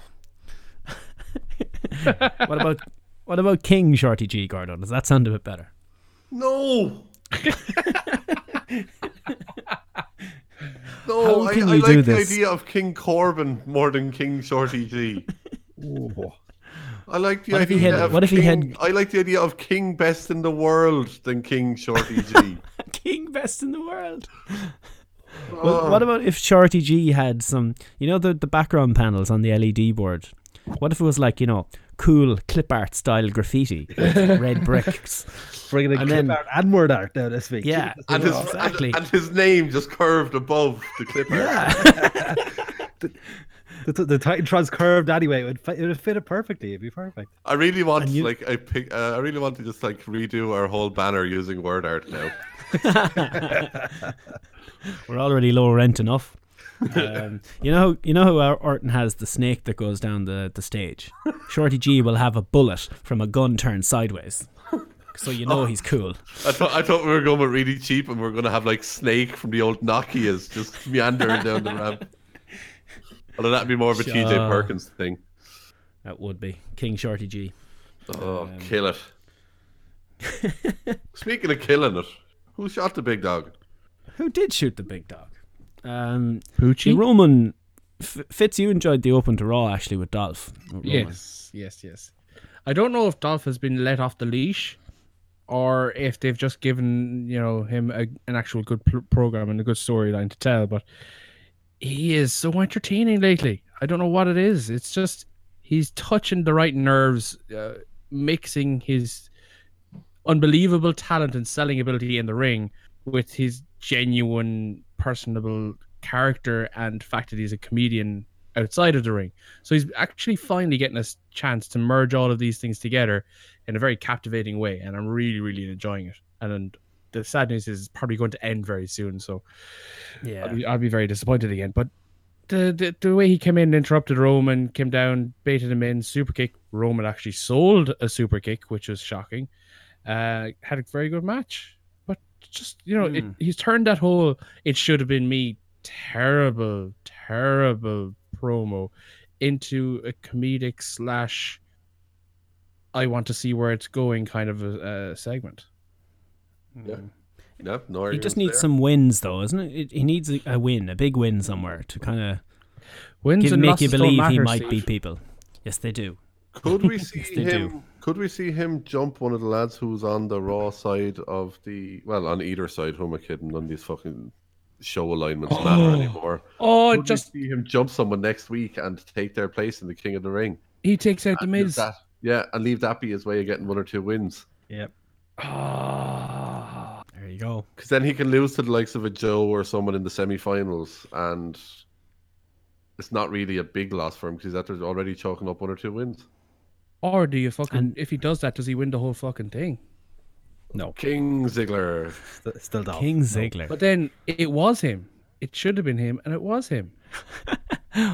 what about what about King Shorty G, Gordon? Does that sound a bit better? No. no, How I, can I you like do the this? idea of King Corbin more than King Shorty G. I like the What if idea he had- of what if he King, had- I like the idea of King best in the world than King Shorty G. King best in the world. Well, what about if Shorty G had some, you know, the, the background panels on the LED board? What if it was like, you know, cool clip art style graffiti, with red bricks? Bringing in And clip then- art and word art now this week. Yeah, and his, exactly. and, and his name just curved above the clipper. The, the, the Titan's curved anyway. It would, fit, it would fit it perfectly. It'd be perfect. I really want like a pic, uh, I really want to just like redo our whole banner using word art now. We're already low rent enough. Um, you know, you know how Or- Orton has the snake that goes down the, the stage. Shorty G will have a bullet from a gun turned sideways, so you know he's cool. I thought I thought we were going with really cheap, and we are going to have like Snake from the old Nokia's just meandering down the ramp. Although that'd be more of a TJ Sure. Perkins thing. That would be King Shorty G. Oh, kill it! Speaking of killing it, who shot the big dog? Who did shoot the big dog? Um, the Poochie? Roman F- Fitz, you enjoyed the open to raw actually with Dolph. Roman. Yes, yes, yes. I don't know if Dolph has been let off the leash or if they've just given, you know, him a, an actual good pl- program and a good storyline to tell, but he is so entertaining lately. I don't know what it is. It's just he's touching the right nerves, uh, mixing his unbelievable talent and selling ability in the ring with his genuine personable character and fact that he's a comedian outside of the ring. So he's actually finally getting a s- chance to merge all of these things together in a very captivating way, and I'm really, really enjoying it. And, then the sad news is it's probably going to end very soon, so Yeah. I'll, be, I'll be very disappointed again. But the, the the way he came in, interrupted Roman, came down, baited him in, super kick. Roman actually sold a super kick, which was shocking. Uh, had a very good match, but just you know, it, he's turned that whole "it should have been me" terrible, terrible promo into a comedic slash. I want to see where it's going, kind of a, a segment. Nope, He no. arguments just needs there. some wins, though, isn't it? It- He needs a, a win, a big win somewhere to kind Wins of and make you losses don't believe he matter, might Steve. beat people. Yes, they do. Could we see they do. him? Could we see him jump one of the lads who's on the raw side of the well, on either side? Who am I kidding? None of these fucking show alignments matter anymore. Oh, Could just we see him jump someone next week and take their place in the King of the Ring? he takes out the Leave Miz. that- yeah, and leave that be his way of getting one or two wins. Yep. Ah. There you go. Because then he can lose to the likes of a Joe or someone in the semi-finals, and it's not really a big loss for him because he's after already chalking up one or two wins. Or Oh, do you fucking? And- if he does that, does he win the whole fucking thing? King Ziggler. St- still Dolph. King Ziggler. But then it was him. It should have been him, and it was him.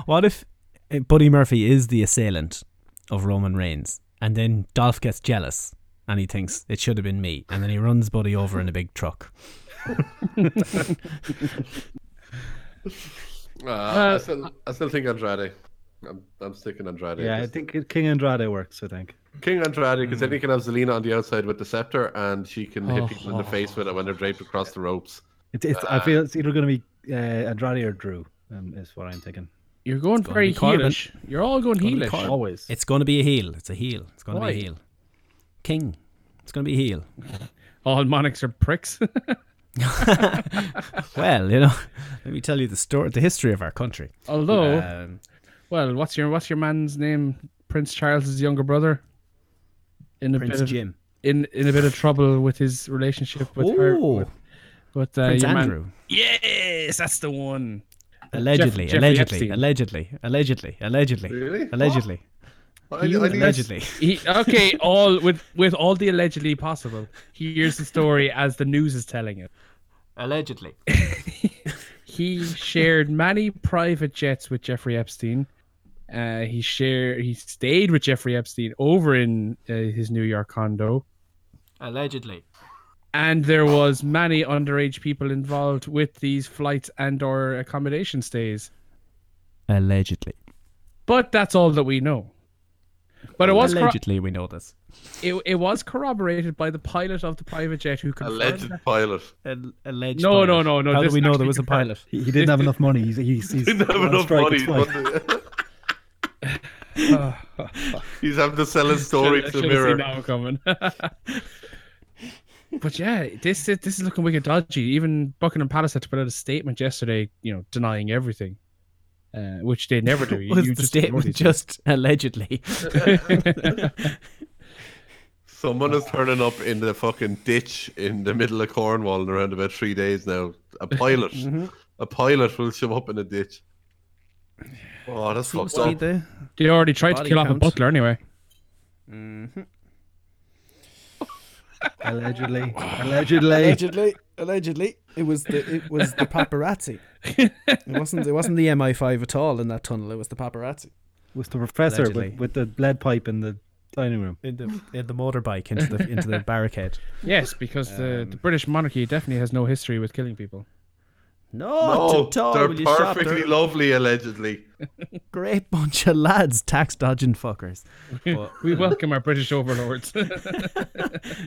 What if uh, Buddy Murphy is the assailant of Roman Reigns, and then Dolph gets jealous and he thinks it should have been me, and then he runs Buddy over in a big truck? Uh, I, still, I still think Andrade. I'm, I'm sticking Andrade. Yeah, I Just- think Mm. it- King Andrade works. I think. King Andrade, because then he can have Zelina on the outside with the scepter, and she can Oh, hit people in the face with it when they're draped across the ropes. It's, it's, I feel it's either going to be uh, Andrade or Drew. Um, is what I'm thinking. You're going gonna very be Corbin. heelish. You're all going gonna be heelish. Corbin. Always. It's going to be a heel. It's a heel. It's going to Why? be a heel. King. It's going to be a heel. All monarchs are pricks. Well, you know, let me tell you the story, the history of our country. Although, Um, well, what's your what's your man's name? Prince Charles's younger brother. In a Prince bit of, Jim. in in a bit of trouble with his relationship with her. Oh. With, with, uh, Prince your man- Andrew. Yes, that's the one. Allegedly, Jeff- allegedly, Jeffrey Epstein. allegedly, allegedly, allegedly, Really? allegedly, I, You I need- allegedly. He, okay, all with with all the allegedly possible. Here's the story as the news is telling it. Allegedly. he shared many private jets with Jeffrey Epstein. Uh, he shared he stayed with Jeffrey Epstein over in uh, his New York condo, Allegedly. and there was many underage people involved with these flights and or accommodation stays. Allegedly. But that's all that we know. But it was corro- Allegedly, we know this. it, it was corroborated by the pilot of the private jet who confirmed Alleged pilot. Alleged. No, no, no, no, How do this we know actually there was a confirmed- pilot? He, he didn't have enough money. He's, he's, he's Didn't have on enough strike, money. it's fine. but- He's having to sell his story to the mirror. Now coming. but yeah, this is- this is looking wicked dodgy. Even Buckingham Palace had to put out a statement yesterday, you know, denying everything, uh, which they never do. Was You the just ignore statement these just allegedly? Someone is turning up in the fucking ditch in the middle of Cornwall in around about three days now. A pilot. Mm-hmm. A pilot will show up in a ditch. Oh, that's Seems to fucked be up. the- things. They already tried to Body kill off a count. butler anyway. Allegedly. Allegedly. allegedly, allegedly, it was the it was the paparazzi. it wasn't it wasn't the MI5 at all in that tunnel. It was the paparazzi With the professor Allegedly. with, with the lead pipe in the dining room. in the in the motorbike into the into the barricade. Yes, because the, Um, the British monarchy definitely has no history with killing people. No, No, at all. they're will you stop? perfectly They're lovely, allegedly. great bunch of lads, tax dodging fuckers. We welcome our British overlords. Brexit.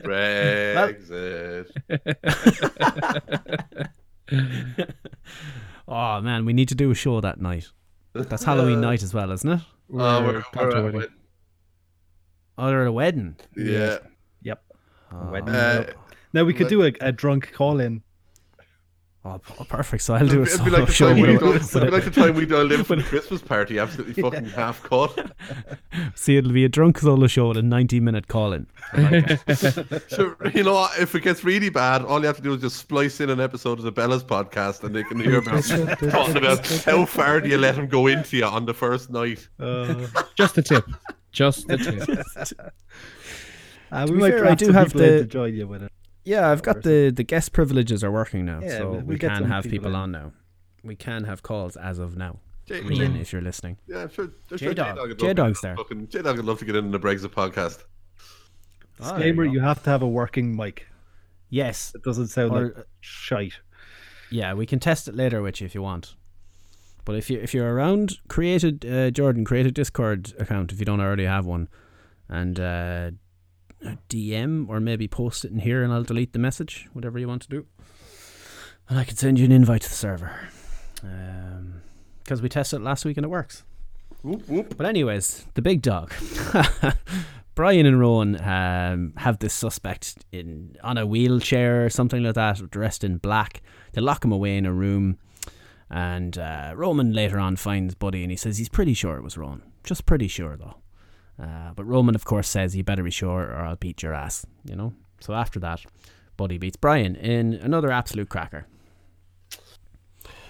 Oh man, we need to do a show that night. That's Halloween night as well, isn't it? Oh, we're, we're at a contemplating. wedding. Oh, they're at a wedding. yeah. Yep. Oh, Wedding. Uh, Now we could do a, a drunk call in. oh, p- oh, perfect. So I'll do a it'd be solo like the show time with we a- do- with it'd be a- like the time we dialed in for the Christmas party, absolutely fucking half cut. See, it'll be a drunk solo show with a 90 minute call in. So, you know, what, if it gets really bad, all you have to do is just splice in an episode of the Bellas podcast, and they can hear about talking about how far do you let him go into you on the first night. Uh, Just the tip. Just the tip. uh, To we be might fair, I draft do some have people in the- Ah, to join you with it. Yeah, I've got the, the guest privileges are working now, Yeah, so we'll- we we'll get can some have people people in. on now. We can have calls as of now. J- Ian, if you're listening. Yeah, I'm sure. I'm sure J-Dog. J-Dog would love J-Dog's to- there. Fucking, J-Dog would love to get in on the Brexit podcast. Disclaimer: you, have to have a working mic. Yes. It doesn't sound Or- like shite. Yeah, we can test it later with you if you want. But if you if you're around, create a uh, Jordan, create a Discord account if you don't already have one, and uh, DM or maybe post it in here, and I'll delete the message, whatever you want to do, and I can send you an invite to the server. Because we tested it last week and it works. But anyways, the big dog, Brian and Rowan um, have this suspect in on a wheelchair or something like that, dressed in black. They lock him away in a room, and uh, Roman later on finds Buddy and he says he's pretty sure it was Rowan, just pretty sure though. Uh, but Roman, of course, says you better be sure or I'll beat your ass. You know. So after that, Buddy beats Brian in another absolute cracker.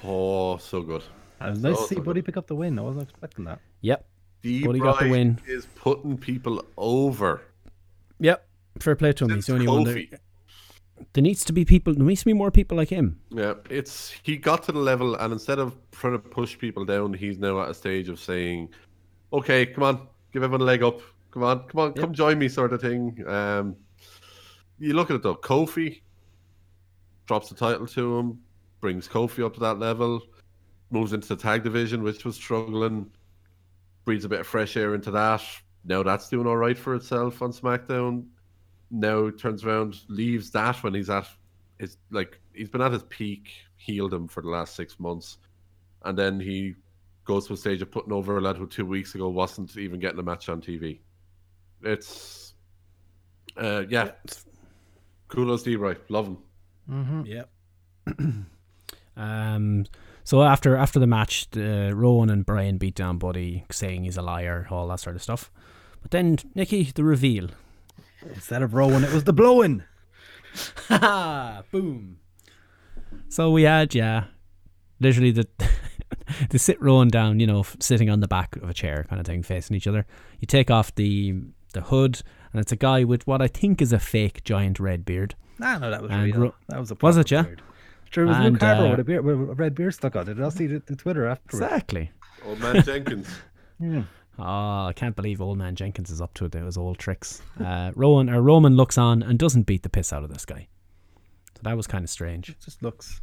Oh, so good. I was nice to see awesome. Buddy pick up the win. I wasn't expecting that. Yep. D But he got the Bry win. Is putting people over. Yep. Fair play to him. He's It's the only one. There, Kofi. there needs to be people. There needs to be more people like him. Yeah, it's he got to the level, and instead of trying to push people down, he's now at a stage of saying, "Okay, come on, give everyone a leg up. Come on, come on, come join me," sort of thing. Um, you look at it though. Kofi drops the title to him, brings Kofi up to that level, moves into the tag division, which was struggling, breathes a bit of fresh air into that. Now that's doing all right for itself on SmackDown. Now turns around, leaves that when he's at his like he's been at his peak, healed him for the last six months, and then he goes to a stage of putting over a lad who two weeks ago wasn't even getting a match on TV. It's uh yeah. Kudos D right, love him. Um, so after after the match, the, Rowan and Brian beat down Buddy, saying he's a liar, all that sort of stuff. But then Nikki, the reveal. Instead of rowing, it was the blowing. Ha! Boom. So we had yeah, literally the the sit Rowan down, you know, f- sitting on the back of a chair, kind of thing, facing each other. You take off the the hood, and it's a guy with what I think is a fake giant red beard. Nah, no, that was And real. ro- that was a Was proper it, yeah? beard. Sure, it was And, Luke Harper uh, with a beard, with a red beard stuck on. it. Did I see the, the Twitter afterwards? Exactly. Old man Jenkins. Oh, I can't believe old man Jenkins is up to it. It was old tricks. Uh, Rowan or Roman looks on and doesn't beat the piss out of this guy. So that was kind of strange. It just looks.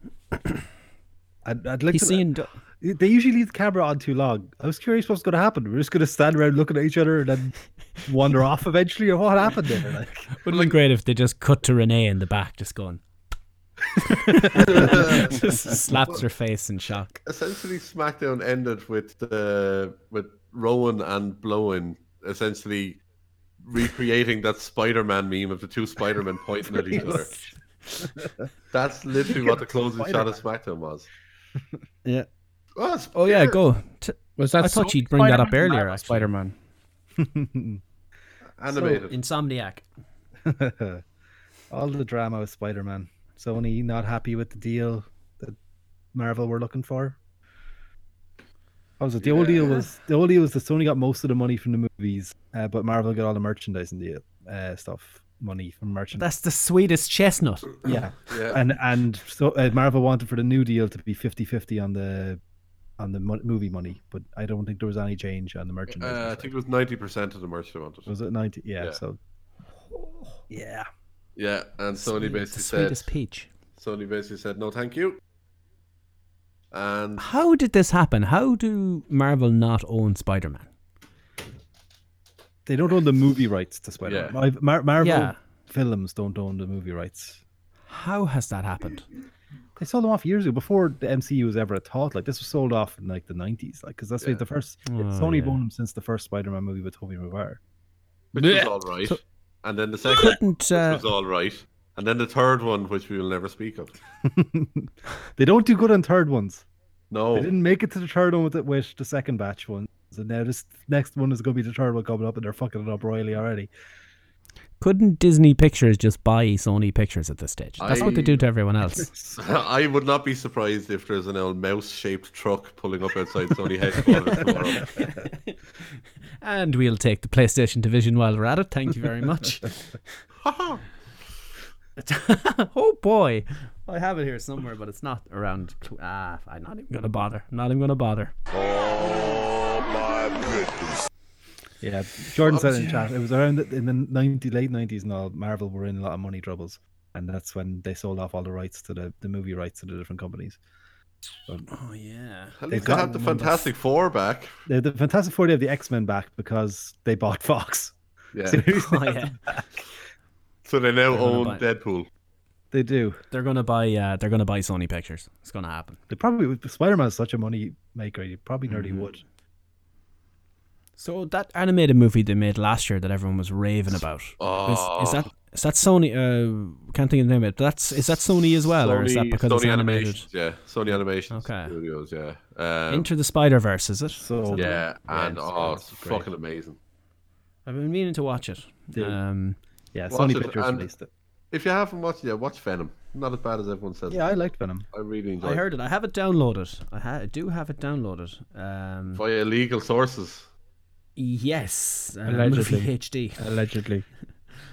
I'd, I'd like He's to. uh, seen. They usually leave the camera on too long. I was curious what's going to happen. We're just going to stand around looking at each other and then wander off eventually, or what happened there? Like, Would have been great if they just cut to Renee in the back, just going. just slaps her face in shock. Essentially SmackDown ended with uh with Rowan and Blowin essentially recreating that Spider-Man meme of the two Spider-Men pointing at each other. That's literally what the closing shot of SmackDown was. Yeah. Oh, it's Oh yeah, pure- go. T- Was that I thought so- you'd bring that up Spider-Man or earlier, actually. Spider-Man. animated. Insomniac. All the drama with Spider Man. Sony not happy with the deal that Marvel were looking for. What was it? The old deal was the old deal was that Sony got most of the money from the movies, uh, but Marvel got all the merchandising deal uh, stuff money from merchandise. That's the sweetest chestnut. yeah. yeah. and and so uh, Marvel wanted for the new deal to be 50-50 on the on the mo- movie money, but I don't think there was any change on the merchandise. Uh, I think it was ninety percent of the merch they wanted. was it ninety? Yeah, Yeah. So yeah, Yeah, and Sony basically the said sweetest peach. Sony basically said no, thank you. And How did this happen? How do Marvel not own Spider-Man? they don't own the movie rights to Spider Man. Yeah. Mar- Marvel Yeah. films don't own the movie rights. How has that happened? They sold them off years ago before the MCU was ever a thought. Like this was sold off in like the nineties, like because that's like, the first Sony yeah. owned them since the first Spider Man movie with Tobey Maguire. which Blech. was all right. And then the second Couldn't uh, was all right. And then the third one, which we will never speak of. They don't do good on third ones. Oh. They No, didn't make it to the third one with the, with the second batch one. So now this next one is going to be the third one coming up, and they're fucking it up royally already. couldn't Disney Pictures just buy Sony Pictures at this stage? That's what they I- do to everyone else. I would not be surprised if there's an old mouse-shaped truck pulling up outside Sony headquarters tomorrow. and we'll take the PlayStation division while we're at it. Thank you very much. oh boy, I have it here somewhere, but it's not around. Ah, I'm not even gonna bother. I'm not even gonna bother. Yeah, Jordan said in chat it was around the- in the ninety late nineties and all. Marvel were in a lot of money troubles, and that's when they sold off all the rights to the, the movie rights to the different companies. Oh yeah. At least they got have the Fantastic Four back. They had the Fantastic Four they have the X Men back because they bought Fox. Yeah. Oh yeah. So they now gonna own buy it. Deadpool. They do. They're gonna buy. Uh, they're gonna buy Sony Pictures. It's gonna happen. They probably Spider Man's such a money maker. You probably nearly Mm-hmm. would. So that animated movie they made last year that everyone was raving about Oh. is, is that is that Sony? Uh, can't think of the name of it. but That's is that Sony as well, or is that because it's animated? Animations, yeah. Sony Animations Okay. Studios, yeah. Um, Into the Spider Verse, is it? So yeah, and it's- oh, it's it's great. fucking amazing. I've been meaning to watch it. Yeah. Um, yeah, Watch Sony it Pictures and- released it. If you haven't watched, yeah, watch Venom. Not as bad as everyone says. Yeah, I liked Venom. I really enjoyed. I heard it. I have it downloaded. I, ha- I do have it downloaded. it. Um, via illegal sources. yes, uh, Allegedly. movie HD. Allegedly.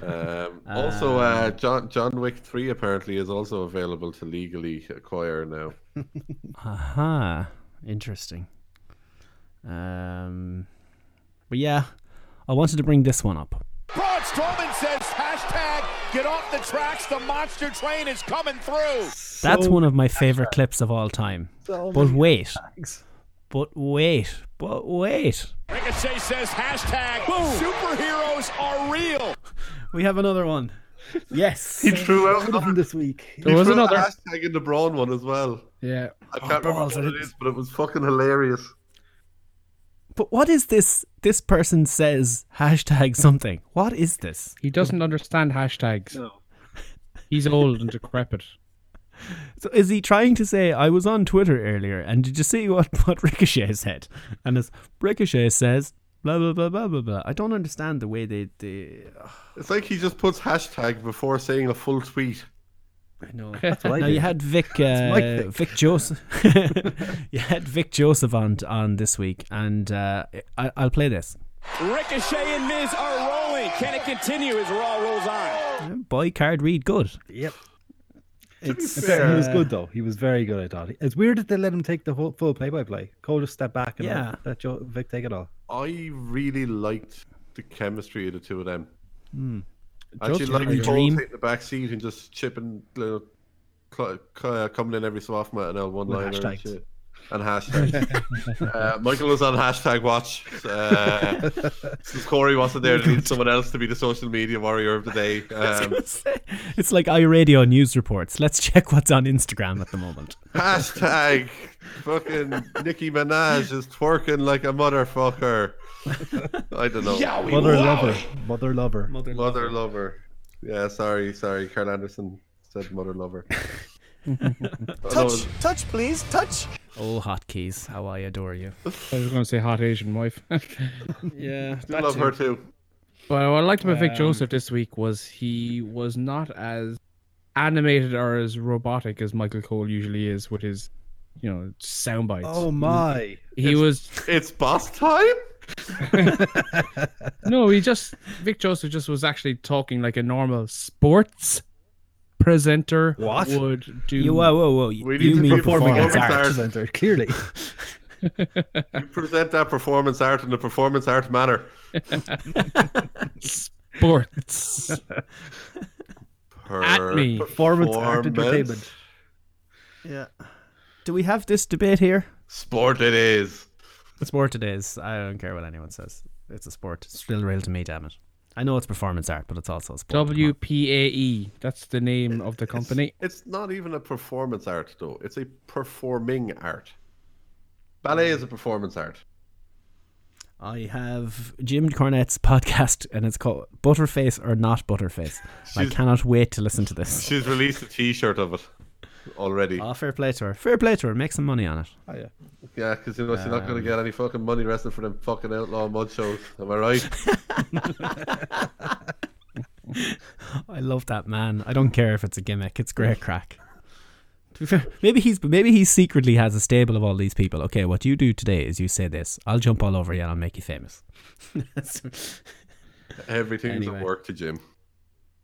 Um, also, Ah. uh, John John Wick Three apparently is also available to legally acquire now. Aha, Ah, interesting. Um, but yeah, I wanted to bring this one up. Braun Strowman says, hashtag, get off the tracks, the monster train is coming through. That's one of my favorite clips of all time. but wait. But wait. But wait. Ricochet says, hashtag, superheroes are real. We have another one. Yes. He threw out another, This week, he There was threw out another. a hashtag in the Braun one as well. Yeah. I can't Oh, balls, I remember what it didn't- is, but it was fucking hilarious. but what is this? This person says hashtag something. What is this? He doesn't understand hashtags. He's old and decrepit. So is he trying to say I was on Twitter earlier and did you see what, what Ricochet said? And as Ricochet says blah blah blah blah blah blah. I don't understand the way they they It's like he just puts hashtag before saying a full tweet. I know. what I now you had Vic, uh, Vic. Vic Joseph. you had Vic Joseph on on this week, and uh, I, I'll play this. Ricochet and Miz are rolling. Can it continue as Raw rolls on? Boy, card read good. Yep. It's, he was good though. He was very good. I thought it's weird that they let him take the whole full play-by-play. Cole just step back and Yeah. let- let Joe, Vic take it all. I really liked the chemistry of the two of them. I Just actually like really Cole dream. taking the back seat and just chipping, little, cl- cl- uh, coming in every so often with an L one liner and hashtags. shit. And hashtags. uh, Michael was on hashtag watch. Uh, since Corey wasn't there, they needed someone else to be the social media warrior of the day. Um, it's like iRadio news reports. Let's check what's on Instagram at the moment. hashtag Fucking Nicki Minaj is twerking like a motherfucker. I don't know. Mother lover. Mother lover. Mother lover. Yeah, sorry, sorry. Carl Anderson said mother lover. touch. Oh, hotkeys, how I adore you. I was going to say hot Asian wife. Yeah, I love her too. But what I liked about Vic Joseph this week was he was not as animated or as robotic as Michael Cole usually is with his, you know, sound bites. Oh my. he was It's boss time. no, he just Vic Joseph just was actually talking like a normal sports presenter What? would do. You, uh, whoa, whoa, whoa. We You, need to mean be performing performance arts. art. Presenter, clearly. You present that performance art in the performance art manner. sports. At me. Performance art entertainment. Do we have this debate here? Sport it is. sport it is. I don't care what anyone says. It's a sport. It's still real to me, damn it. I know it's performance art, but it's also a sport. W P A E. That's the name of the company. It's not even a performance art though. It's a performing art. Ballet is a performance art. I have Jim Cornette's podcast, and it's called Butterface or Not Butterface. I She's- cannot wait to listen to this. She's released a T-shirt of it already. Oh, fair play to her. Fair play to her. Make some money on it. Yeah, because you know she's not Um. going to get any fucking money wrestling for them fucking outlaw mud shows. Am I right? I love that man. I don't care if it's a gimmick. It's great crack. To be fair, maybe he's maybe he secretly has a stable of all these people. Okay, what you do today is you say this. I'll jump all over you and I'll make you famous. Everything's Anyway. at work to Jim.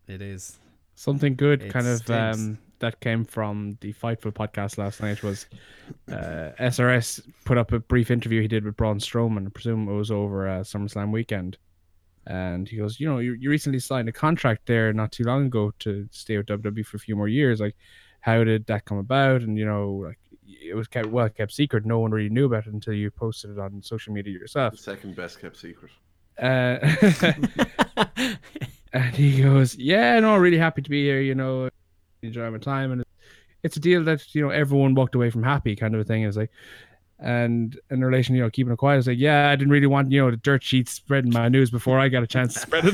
it is. Something good, It kind of stinks. um, that came from the Fightful podcast last night was uh, SRS put up a brief interview he did with Braun Strowman. I presume it was over uh, SummerSlam weekend, and he goes, "You know, you, you recently signed a contract there not too long ago to stay with WWE for a few more years. Like, how did that come about? And you know, like, it was kept well kept secret. No one really knew about it until you posted it on social media yourself." The second best kept secret. Uh, and he goes, "Yeah, no, really happy to be here. You know, enjoy my time." And it's a deal that you know everyone walked away from happy, kind of a thing. It's like, and in relation, you know, keeping it quiet, it's like, "Yeah, I didn't really want you know the dirt sheets spreading my news before I got a chance to spread it."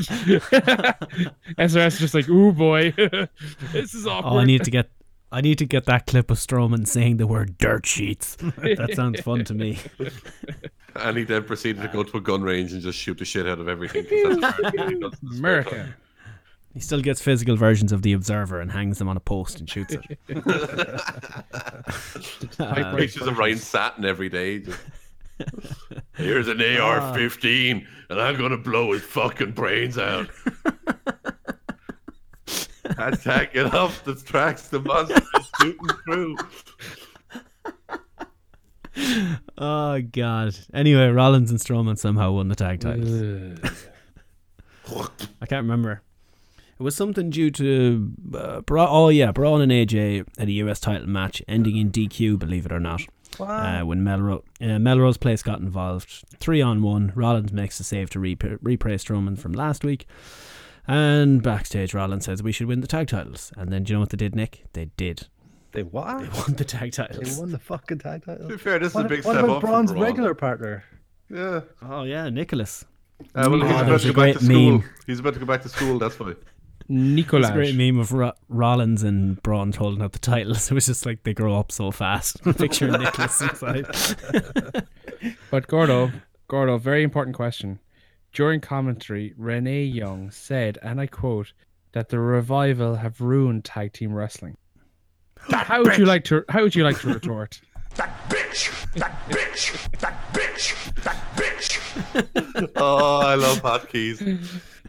SRS is just like, "Ooh boy, this is awkward." Oh, I need to get I need to get that clip of Strowman saying the word dirt sheets. that sounds fun to me. And he then proceeded to go to a gun range and just shoot the shit out of everything. 'cause that's apparently what he does in the spare time. America. He still gets physical versions of the Observer and hangs them on a post and shoots it. Pictures of Ryan Satin every day. just, Here's an AR-15, Ah. and I'm gonna blow his fucking brains out. Hashtag get off the tracks. The monster is shooting through. Oh God. Anyway, Rollins and Strowman somehow won the tag titles. I can't remember. It was something due to uh, Bra- oh yeah, Braun and AJ had a US title match ending in DQ, believe it or not. Uh, when Melrose, uh, Melrose Place got involved, three on one, Rollins makes the save to repra- repraise Strowman from last week, and backstage Rollins says we should win the tag titles. And then do you know what they did, Nick? They did They what? won the tag They titles. won the fucking tag title. To be fair, this What, is a big what step about up. for Braun's Braun. regular partner? Yeah. Oh yeah, Nicholas. Uh, well, he's Ah, about there's to a go back great to school. meme. He's about to go back to school. That's why. It's a great Nicolaj. meme of Ro- Rollins and Braun holding up the titles. It was just like they grow up so fast. Picture Nicholas inside. But Gordo, Gordo, very important question. During commentary, Renee Young said, and I quote, that the revival have ruined tag team wrestling. how would you like to how would you like to retort? oh, I love hotkeys.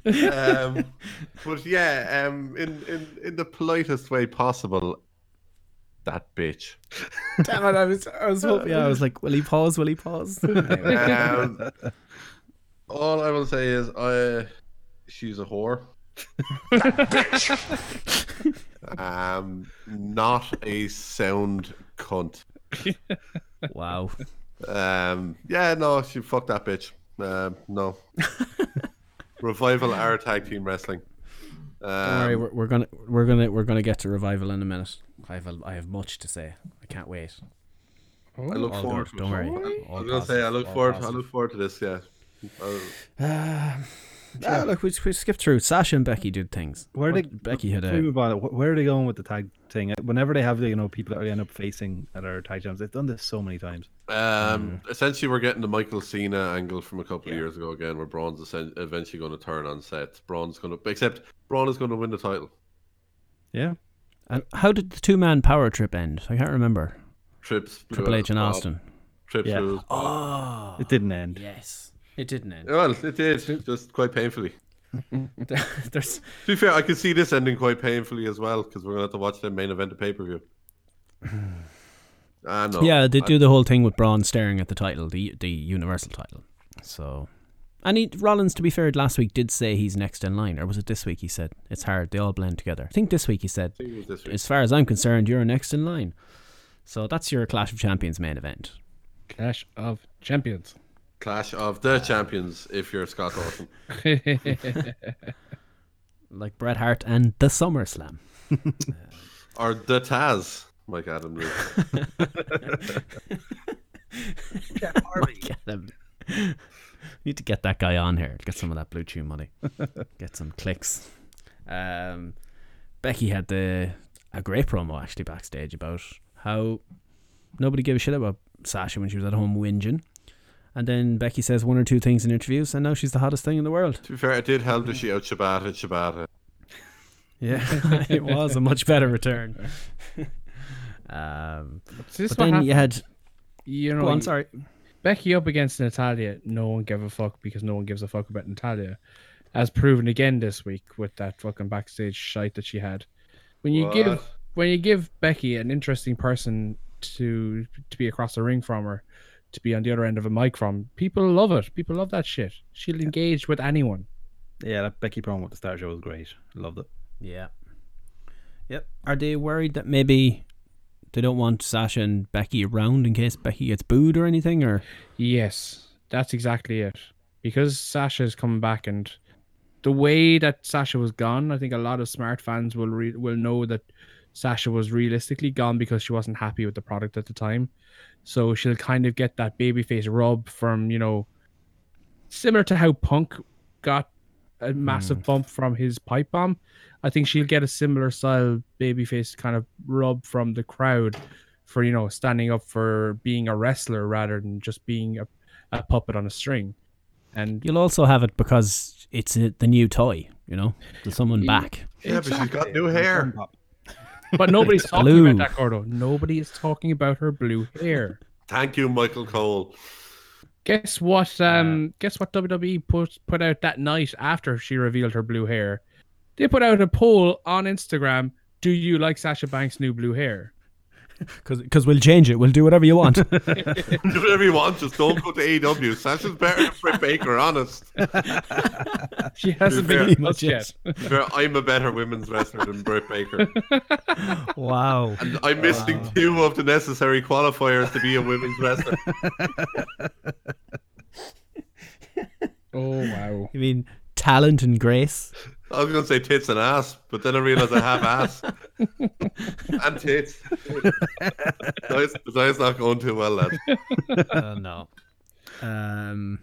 Um, but yeah, um, in, in in the politest way possible, that bitch. Damn it! I was, I was hoping. I was like, will he pause? Will he pause? Um, all I will say is, I she's a whore. That bitch. um, not a sound cunt. wow. Um, yeah, no, she fuck that bitch. Um, no. Revival our tag team wrestling. All Um, right, we're, we're gonna we're gonna we're gonna get to revival in a minute. I have a, I have much to say. I can't wait. I look all forward good, to it. don't worry. I- I All was gonna say I positive, look all forward. I positive. look forward to this. Yeah. Uh, Yeah, look, we, we skipped through. Sasha and Becky did things. Where What- they Becky had before we a move on, wh- where are they going with the tag thing? Whenever they have, you know, people that they end up facing at our tag champs, they've done this so many times. Um, Mm. essentially, we're getting the Michael Cena angle from a couple of years ago again, where Braun's essen- eventually going to turn on Seth. Braun's going to, except Braun is going to win the title. Yeah, And how did the two man power trip end? I can't remember. Trips, blew Triple out H Uh, and Bob. Austin. Trips, Yeah. blew out Bob. Oh, it didn't end. yes. It didn't end. Well, it did just quite painfully. There's To be fair, I could see this ending quite painfully as well because we're going to have to watch the main event of Ah, pay per view. Oh, I know. Yeah, they do the whole thing with Braun staring at the title, the the Universal title. So, and he, Rollins, to be fair, last week did say he's next in line, or was it this week? He said it's hard; they all blend together. I think this week he said, I think it was this week. as far as I'm concerned, you're next in line. So that's your Clash of Champions main event. Clash of Champions. Clash of the Champions. If you're Scott Orton, Like Bret Hart and the SummerSlam. or the Taz, Mike Adam. Lee. Get him. Need to get that guy on here. Get some of that blue chew money. get some clicks. Um, Becky had the a great promo actually backstage about how nobody gave a shit about Sasha when she was at home whinging. And then Becky says one or two things in interviews, and now she's the hottest thing in the world. to be fair, it did help that she out Shibata Shibata. Yeah, it was a much better return. um, So this but is what then you happened, Oh, had. you know, Go on, you- sorry. Becky up against Natalia, no one gave a fuck because no one gives a fuck about Natalia, as proven again this week with that fucking backstage shite that she had. When you give What? when you give Becky an interesting person to to be across the ring from her, to be on the other end of a mic from, people love it. People love that shit. She'll engage with anyone. Yeah, that Becky promo with the Star Show was great. Loved it. Yeah. Yep. Are they worried that maybe they don't want Sasha and Becky around in case Becky gets booed or anything? Or Yes, that's exactly it. Because Sasha's coming back, and the way that Sasha was gone, I think a lot of smart fans will re- will know that Sasha was realistically gone because she wasn't happy with the product at the time. So she'll kind of get that babyface rub from you know, similar to how Punk got a massive bump from his pipe bomb. I think she'll get a similar style babyface kind of rub from the crowd for you know standing up for being a wrestler rather than just being a, a puppet on a string. And you'll also have it because it's a, the new toy, you know? There's someone back. Yeah, but she's got new hair. but nobody's talking Blue. about that, Gordo. Nobody is talking about her blue hair. Thank you, Michael Cole. Guess what? Um, guess what? WWE put put out that night after she revealed her blue hair. They put out a poll on Instagram. Do you like Sasha Banks' new blue hair? Because we'll change it. We'll do whatever you want. Do whatever you want, just don't go to AEW. Sasha's better than Britt Baker, honest. She hasn't fair. been touched yet. Legit. I'm a better women's wrestler than Britt Baker. wow. I'm missing two of the necessary qualifiers to be a women's wrestler. Oh wow! You mean talent and grace? I was going to say tits and ass, but then I realized I have ass and tits. That's that's not going too well, lad. Uh, no. Um,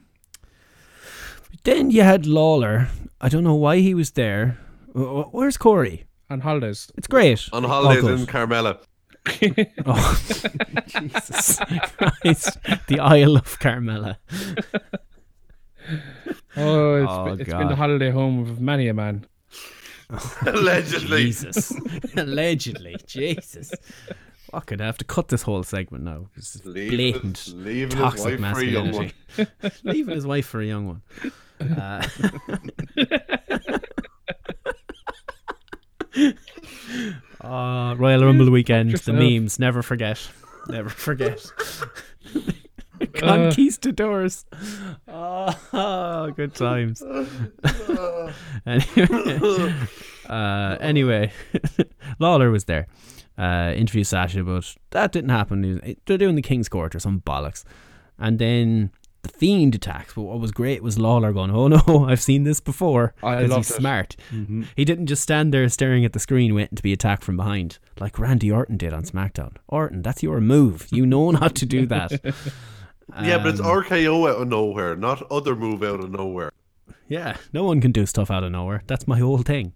then you had Lawler. I don't know why he was there. Wh- wh- Where's Corey? On holidays. It's great. On holidays All good. in Carmella. Oh, Jesus Christ. The Isle of Carmella. Oh, it's Oh, been, it's been God. the holiday home of many a man. Allegedly. Jesus. Allegedly. Jesus. I could have to cut this whole segment now. This is Leaving blatant. his- leaving his toxic wife for a young masculinity. leaving his wife for a young one. Uh, Ah, Royal Rumble weekend. Fuck The yourself. memes. Never forget. Never forget. Conquistadors. Oh, good times. anyway, uh, anyway Lawler was there. Uh, interview eh, Sasha, but that didn't happen. He was- They're doing the King's Court or some bollocks. And then the fiend attacks. But what was great was Lawler going, "Oh no, I've seen this before." I 'cause loved he's it. Mm-hmm. smart. He didn't just stand there staring at the screen waiting to be attacked from behind like Randy Orton did on SmackDown. Orton, that's your move. You know not to do that. yeah, but it's Um, RKO out of nowhere, not other move out of nowhere. Yeah, no one can do stuff out of nowhere. That's my whole thing.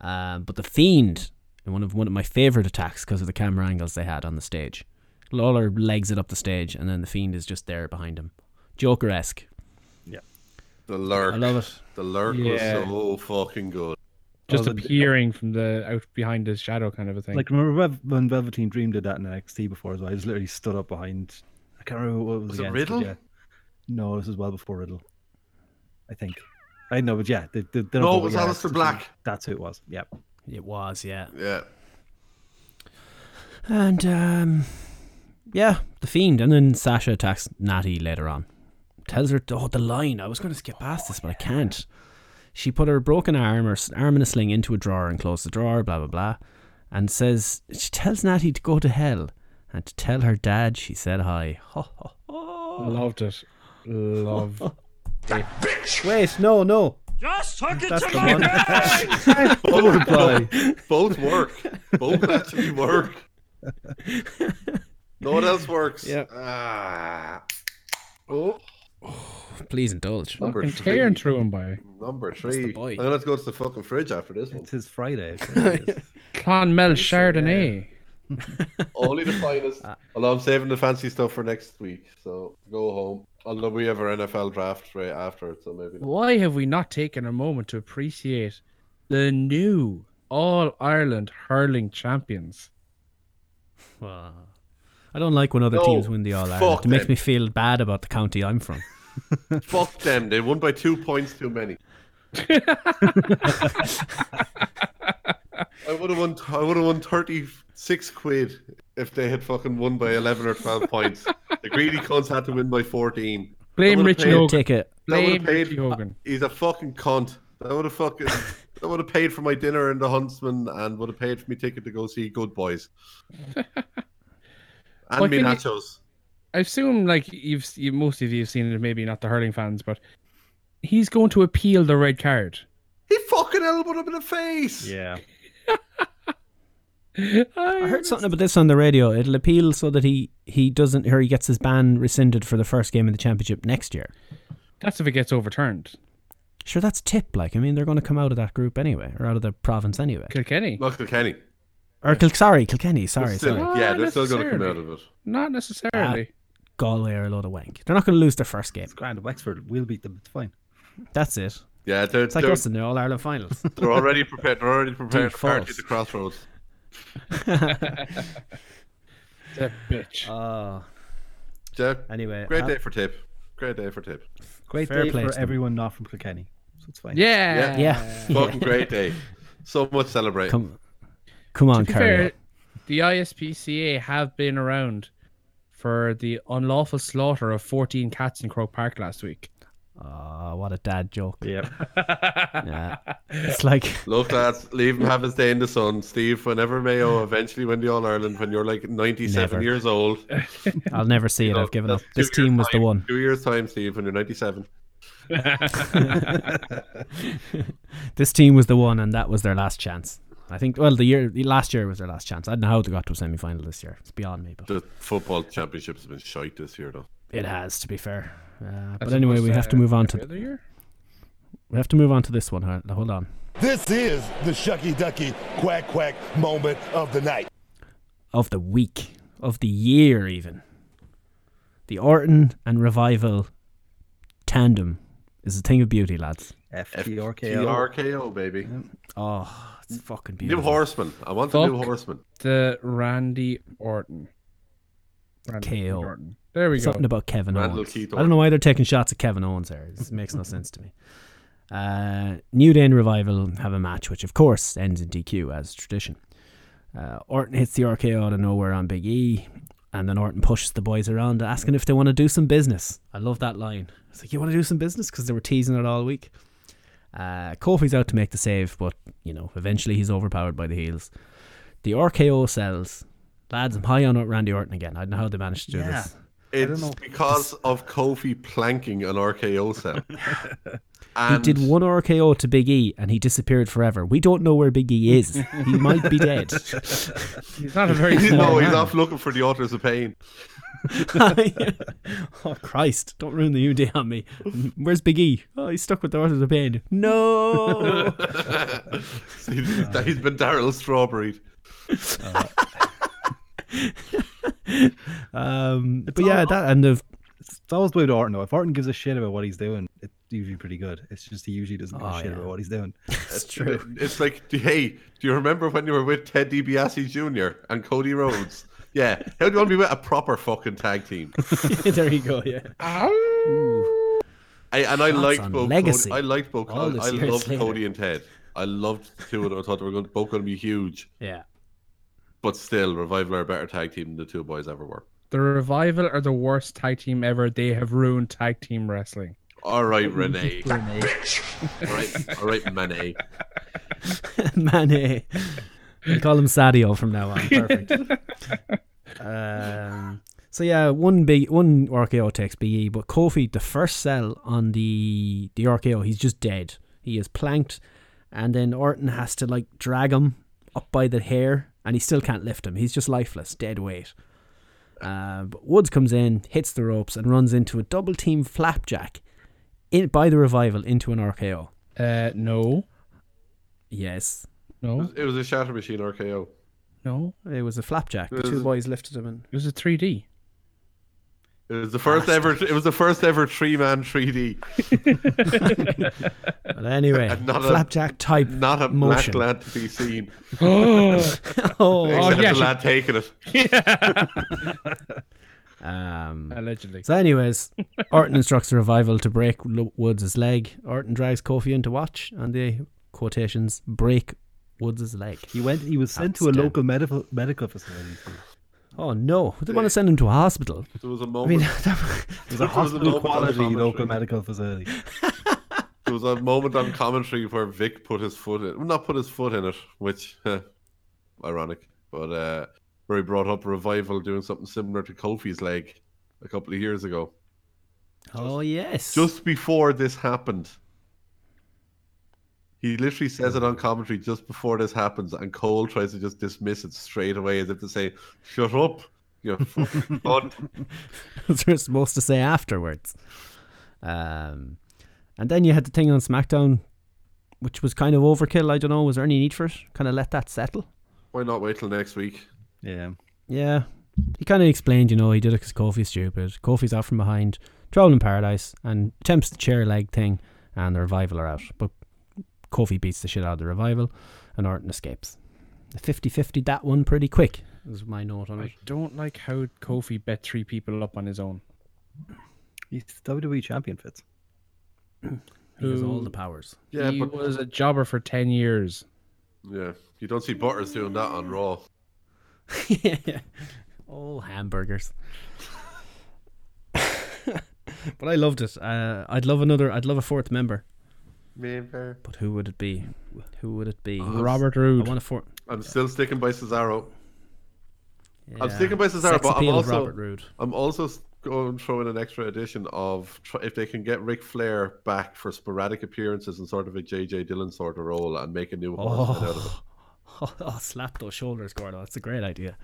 Um, but the fiend, in one of one of my favorite attacks because of the camera angles they had on the stage. Lawler legs it up the stage, and then the fiend is just there behind him, Joker esque. The lurk. I love it. The lurk Yeah. was so fucking good. Just Oh, the- appearing from the out behind his shadow kind of a thing. Like remember Rev- when Velveteen Dream did that in NXT before as well? He just literally stood up behind. I can't remember what it was. Was it against, but Riddle? Yeah. No, this is well before Riddle. I think. I know, but yeah, they, they, they No, don't- it was yeah, Alistair Black. That's who it was. Yeah. It was, yeah. Yeah. And um, yeah, the fiend, and then Sasha attacks Natty later on. Tells her, oh, the line. I was going to skip past this, but I can't. She put her broken arm or s- arm in a sling into a drawer and closed the drawer. Blah blah blah, and says she tells Natty to go to hell and to tell her dad she said hi. Oh, Ho, ho, ho. Loved it. Love. Wait, no, no. Just hook it That's to the my one. head! Oh, Both, both, both work. Both actually work. No one else works. Yep. Ah. Oh, Please indulge. number and three. tearing through him by Number the three. boy. I'm gonna have to go to the fucking fridge after this one. It's his Friday. okay, it is. Clonmel Chardonnay. Only the finest. Although I'm saving the fancy stuff for next week, so go home. Although we have our NFL draft right after it, so maybe. Not. Why have we not taken a moment to appreciate the new All Ireland hurling champions? I don't like when other No, teams win the All Ireland. fuck It makes them. me feel bad about the county I'm from. Fuck them. They won by two points too many. I would have won. I would have won thirty six quid if they had fucking won by eleven or twelve points. The greedy cons had to win by fourteen. Blame would've Richie paid- Hogan. Take it. That would Blame have paid. Richie Hogan. He's a fucking cunt. That would have fucking. That would have paid for my dinner in the Huntsman and would have paid for me ticket to go see Good Boys. and Well, me can you- nachos. I assume, like you've you, most of you have seen it, maybe not the hurling fans, but he's going to appeal the red card. He fucking elbowed him in the face. yeah. I heard something about this on the radio. It'll appeal so that he he doesn't or he gets his ban rescinded for the first game of the championship next year. That's if it gets overturned. Sure, that's tip. Like, I mean, they're going to come out of that group anyway, or out of the province anyway. Kilkenny. Michael Kenny. Or Kil- sorry, Kilkenny. Sorry, Still- sorry. sorry. yeah, Ah, they're still going to come out necessarily. of it. Not necessarily. Galway are a load of wank. They're not going to lose their first game. It's grand. Wexford. We'll beat them. It's fine. That's it. Yeah, they're, It's like they're, us in the All Ireland finals. they're already prepared. They're already prepared Dude, for party at false. the crossroads. That bitch. oh, Yeah, anyway, great uh, day for tip. Great day for tip. Great Fair day play to for them. everyone not from Kilkenny. So it's fine. yeah. Yeah. Yeah, Fucking great day. So much celebrating. come, come on, To be fair, Kerry. the ISPCA have been around for the unlawful slaughter of 14 cats in Croke Park last week. Oh, what a dad joke. Yeah. Yeah. It's like Look, lads, leave him have his day in the sun. Steve, whenever Mayo eventually win the All Ireland, when you're like 97 Never. years old, I'll never see it. know, I've given up. This that's two team years' was the time- one. Two years' time, Steve, when you're 97. This team was the one, and that was their last chance. I think. Well, the year the last year was their last chance. I don't know how they got to a semi final this year. It's beyond me, but The football championships have been shite this year, though. it has to be fair. Uh, but That's anyway, almost, we have to uh, move on every to other year? we have to move on to this one. Hold hold on. This is the Shucky Ducky Quack Quack moment of the night. Of the week, of the year, even the Orton and Revival tandem is a thing of beauty, lads. FTRKO. TRKO, baby. Oh, it's fucking New beautiful. Horseman. I want the new Fuck. Horseman. The Randy Orton. Randy KO. Orton. There we go. Something about Kevin Randall Owens. Keith I don't know why they're taking shots at Kevin Owens there. This makes no sense to me. Uh, New Day and Revival have a match, which of course ends in DQ as tradition. Uh, Orton hits the RKO out of nowhere on Big E, and then Orton pushes the boys around asking if they want to do some business. I love that line. It's like, you want to do some business? Because they were teasing it all week. Uh, Kofi's out to make the save, but, you know, eventually he's overpowered by the heels. The RKO sells. Lads, I'm high on Randy Orton again. I don't know how they managed to do Yeah. this. It's because of Kofi planking an RKO cell. He and did one RKO to Big E and he disappeared forever. We don't know where Big E is. He might be dead. He's not a very small No, he's man. off looking for the authors of pain. oh Christ! Don't ruin the new day on me. Where's Big E? Oh, he's stuck with the Authors of Pain. No. He's, he's been Daryl Strawberry. um, but yeah, that and the It's always the way with Orton though. If Orton gives a shit about what he's doing, it's usually pretty good. It's just he usually doesn't give Oh, a shit yeah. about what he's doing. it's true. It's like, hey, do you remember when you were with Ted DiBiase Jr. and Cody Rhodes? yeah. How do you want to be with a proper fucking tag team? there you go. Yeah. I, and I liked on both. legacy. Cody, I liked both. All I, this I years loved later. Cody and Ted. I loved the two of them. I thought they were going, both going to be huge. Yeah. But still, Revival are a better tag team than the two boys ever were. The Revival are the worst tag team ever. They have ruined tag team wrestling. All right, Renee. All right, all right, Manet. Mane. We call him Sadio from now on. Perfect. um, so yeah, one big one RKO takes BE, but Kofi the first sell on the the RKO, he's just dead. He is planked, and then Orton has to like drag him up by the hair, and he still can't lift him. He's just lifeless, dead weight. Uh, but Woods comes in, hits the ropes, and runs into a double team flapjack in by the revival into an RKO. Uh, no, Yes, no, It was a shatter machine RKO. no. it was a flapjack. The two boys lifted him and It was a 3D. It was the first ever. It was the first ever three man 3D. But anyway, Another- flapjack type, Not a motion. black lad to be seen. oh, Except yeah, the she- lad taking it. um, Allegedly. so, anyways, Orton instructs the revival to break Lo- Woods' leg. Orton drags Kofi in to watch, and they quotations break Woods' leg. He went. He was sent to a Outstanding. local medical medical facility. Oh no, they want to send him to a hospital. There was a I mean, moment. that- It was a It was a hospital local quality optometry. local medical facility. there was a moment on commentary where Vic put his foot in, well, not put his foot in it, which huh, ironic, but uh, where he brought up revival doing something similar to Kofi's leg a couple of years ago, oh yes, just before this happened. He literally says it on commentary just before this happens, and Cole tries to just dismiss it straight away as if to say, "Shut up, you fucking cunt." that's what we're supposed to say afterwards. Um, and then you had the thing on SmackDown, which was kind of overkill. I don't know, was there any need for it? Kind of let that settle. Why not wait till next week? Yeah. Yeah. He kind of explained, you know, he did it because Kofi's stupid. Kofi's out from behind, Trouble in Paradise, and attempts the chair leg thing, and the revival are out. But Kofi beats the shit out of the revival, and Orton escapes. 50 50 that one pretty quick, is my note on it. I don't like how Kofi bet three people up on his own. He's the WWE champion, Fitz. He has all the powers. Yeah, he but was a jobber for 10 years. yeah, you don't see Butters doing that on Raw. all hamburgers. but I loved it. Uh, I'd love another, I'd love a fourth member. But who would it be? Who would it be? Robert I Roode. want a fourth. I'm still sticking by Cesaro. Yeah. I'm sticking by Cesaro, Sex but I'm appeal of also Robert Roode. I'm also s- going to throw in an extra edition of tr- if they can get Ric Flair back for sporadic appearances and sort of a JJ Dillon sort of role and make a new horseman out of it. Oh, slap those shoulders, Gordo. That's a great idea.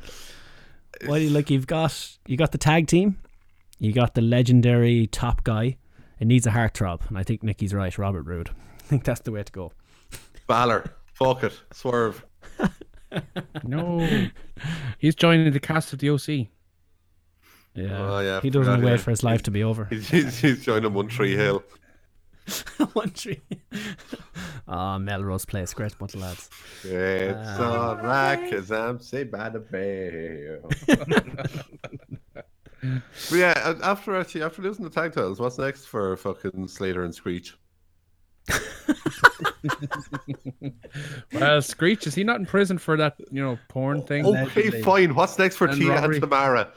Well, you- like you've got you got the tag team, you got the legendary top guy. It needs a heartthrob, and I think Nikki's right. Robert Roode. I think that's the way to go. Balor, fuck it, swerve. No. He's joining the cast of the OC. Yeah, Oh, yeah, he doesn't forgot, wait yeah. for his life to be over. He's, he's, he's joining One Tree Hill. One tree. Ah, Melrose Place, great bunch of lads. It's alright, cause I'm saved by the bell. but yeah, a- after actually after losing the tag titles, what's next for fucking Slater and Screech? Well, Screech, is he not in prison for that, you know, porn thing? Okay, Oh, fine. What's next for And Tia robbery. and Tamara?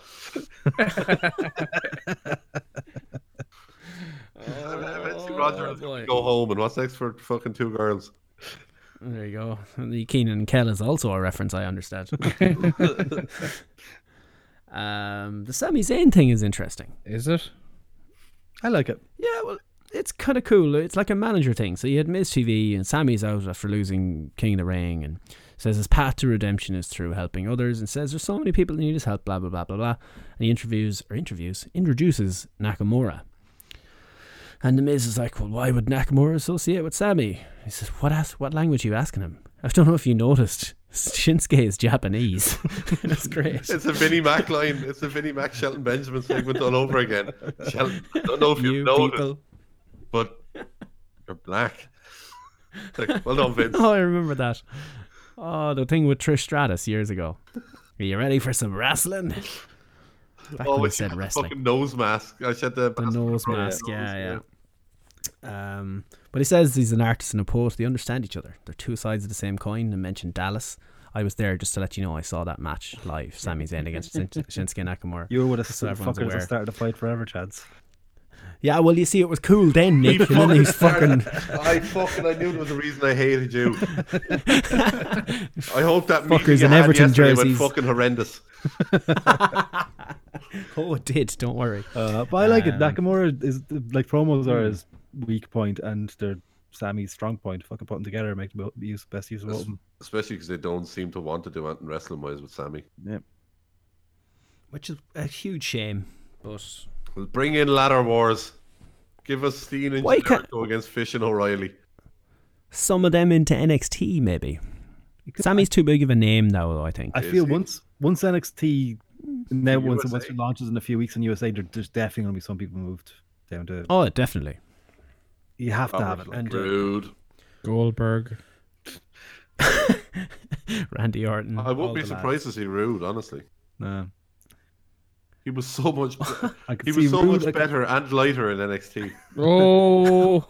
Eventually, Oh, Roger is going to go home, and what's next for fucking two girls? There you go. And The Keenan and Kel is also a reference, I understand. Um, the Sami Zayn thing is interesting. Is it? I like it. Yeah, well, it's kind of cool. It's like a manager thing. So you had Miz TV and Sammy's out after losing King of the Ring and says his path to redemption is through helping others and says there's so many people that need his help, blah, blah, blah, blah, blah. And he interviews, or interviews, introduces Nakamura. And the Miz is like, well, why would Nakamura associate with Sammy? He says, what, ask, what language are you asking him? I don't know if you noticed, Shinsuke is Japanese. That's great. It's a Vinnie Mac line. It's a Vinnie Mac Shelton Benjamin segment all over again. Shelton, I don't know if you You know people. but you're black. It's like, well done, Vince. Oh, I remember that. Oh, the thing with Trish Stratus years ago. Are you ready for some wrestling? Back when we she had said the wrestling. Fucking nose mask. I said the, The mask on nose front of mask, the nose, yeah, yeah. Um, but he says he's an artist and a poet. They understand each other. They're two sides of the same coin. And mentioned Dallas. I was there just to let you know I saw that match live. Sami Zayn against Shin- Shinsuke Nakamura. You were with us Just so the everyone's fuckers aware. that started the fight forever, Chads. Yeah, well, you see, it was cool then, Nick. and then he's fucking. I fucking I knew there was a reason I hated you. I hope that meeting Fuckers you in had Everton yesterday went jerseys. fucking horrendous. Oh, it did. Don't worry. Uh, but I like it. Um, hmm. Nakamura is like promos are his weak point and they're Sammy's strong point. Fucking put them together and make the bo- use best use of both of them. Especially because they don't seem to want to do anything wrestling wise with Sammy. Which is a huge shame. But Well, bring in ladder wars. Give us Steen and Why can't- Jericho against Fish and O'Reilly. some of them into NXT, maybe. Sammy's too big of a name now, though. I think. I Is feel he? once once NXT now the once, USA. once it launches in a few weeks in USA, there- there's definitely gonna be some people moved down to. oh, definitely. You have to have it. Like, And uh, Rude. Goldberg. Randy Orton. I won't all be the surprised to see Rude, honestly. no, He was so much I could he see was so Rude, much I could- better and lighter in NXT. Oh.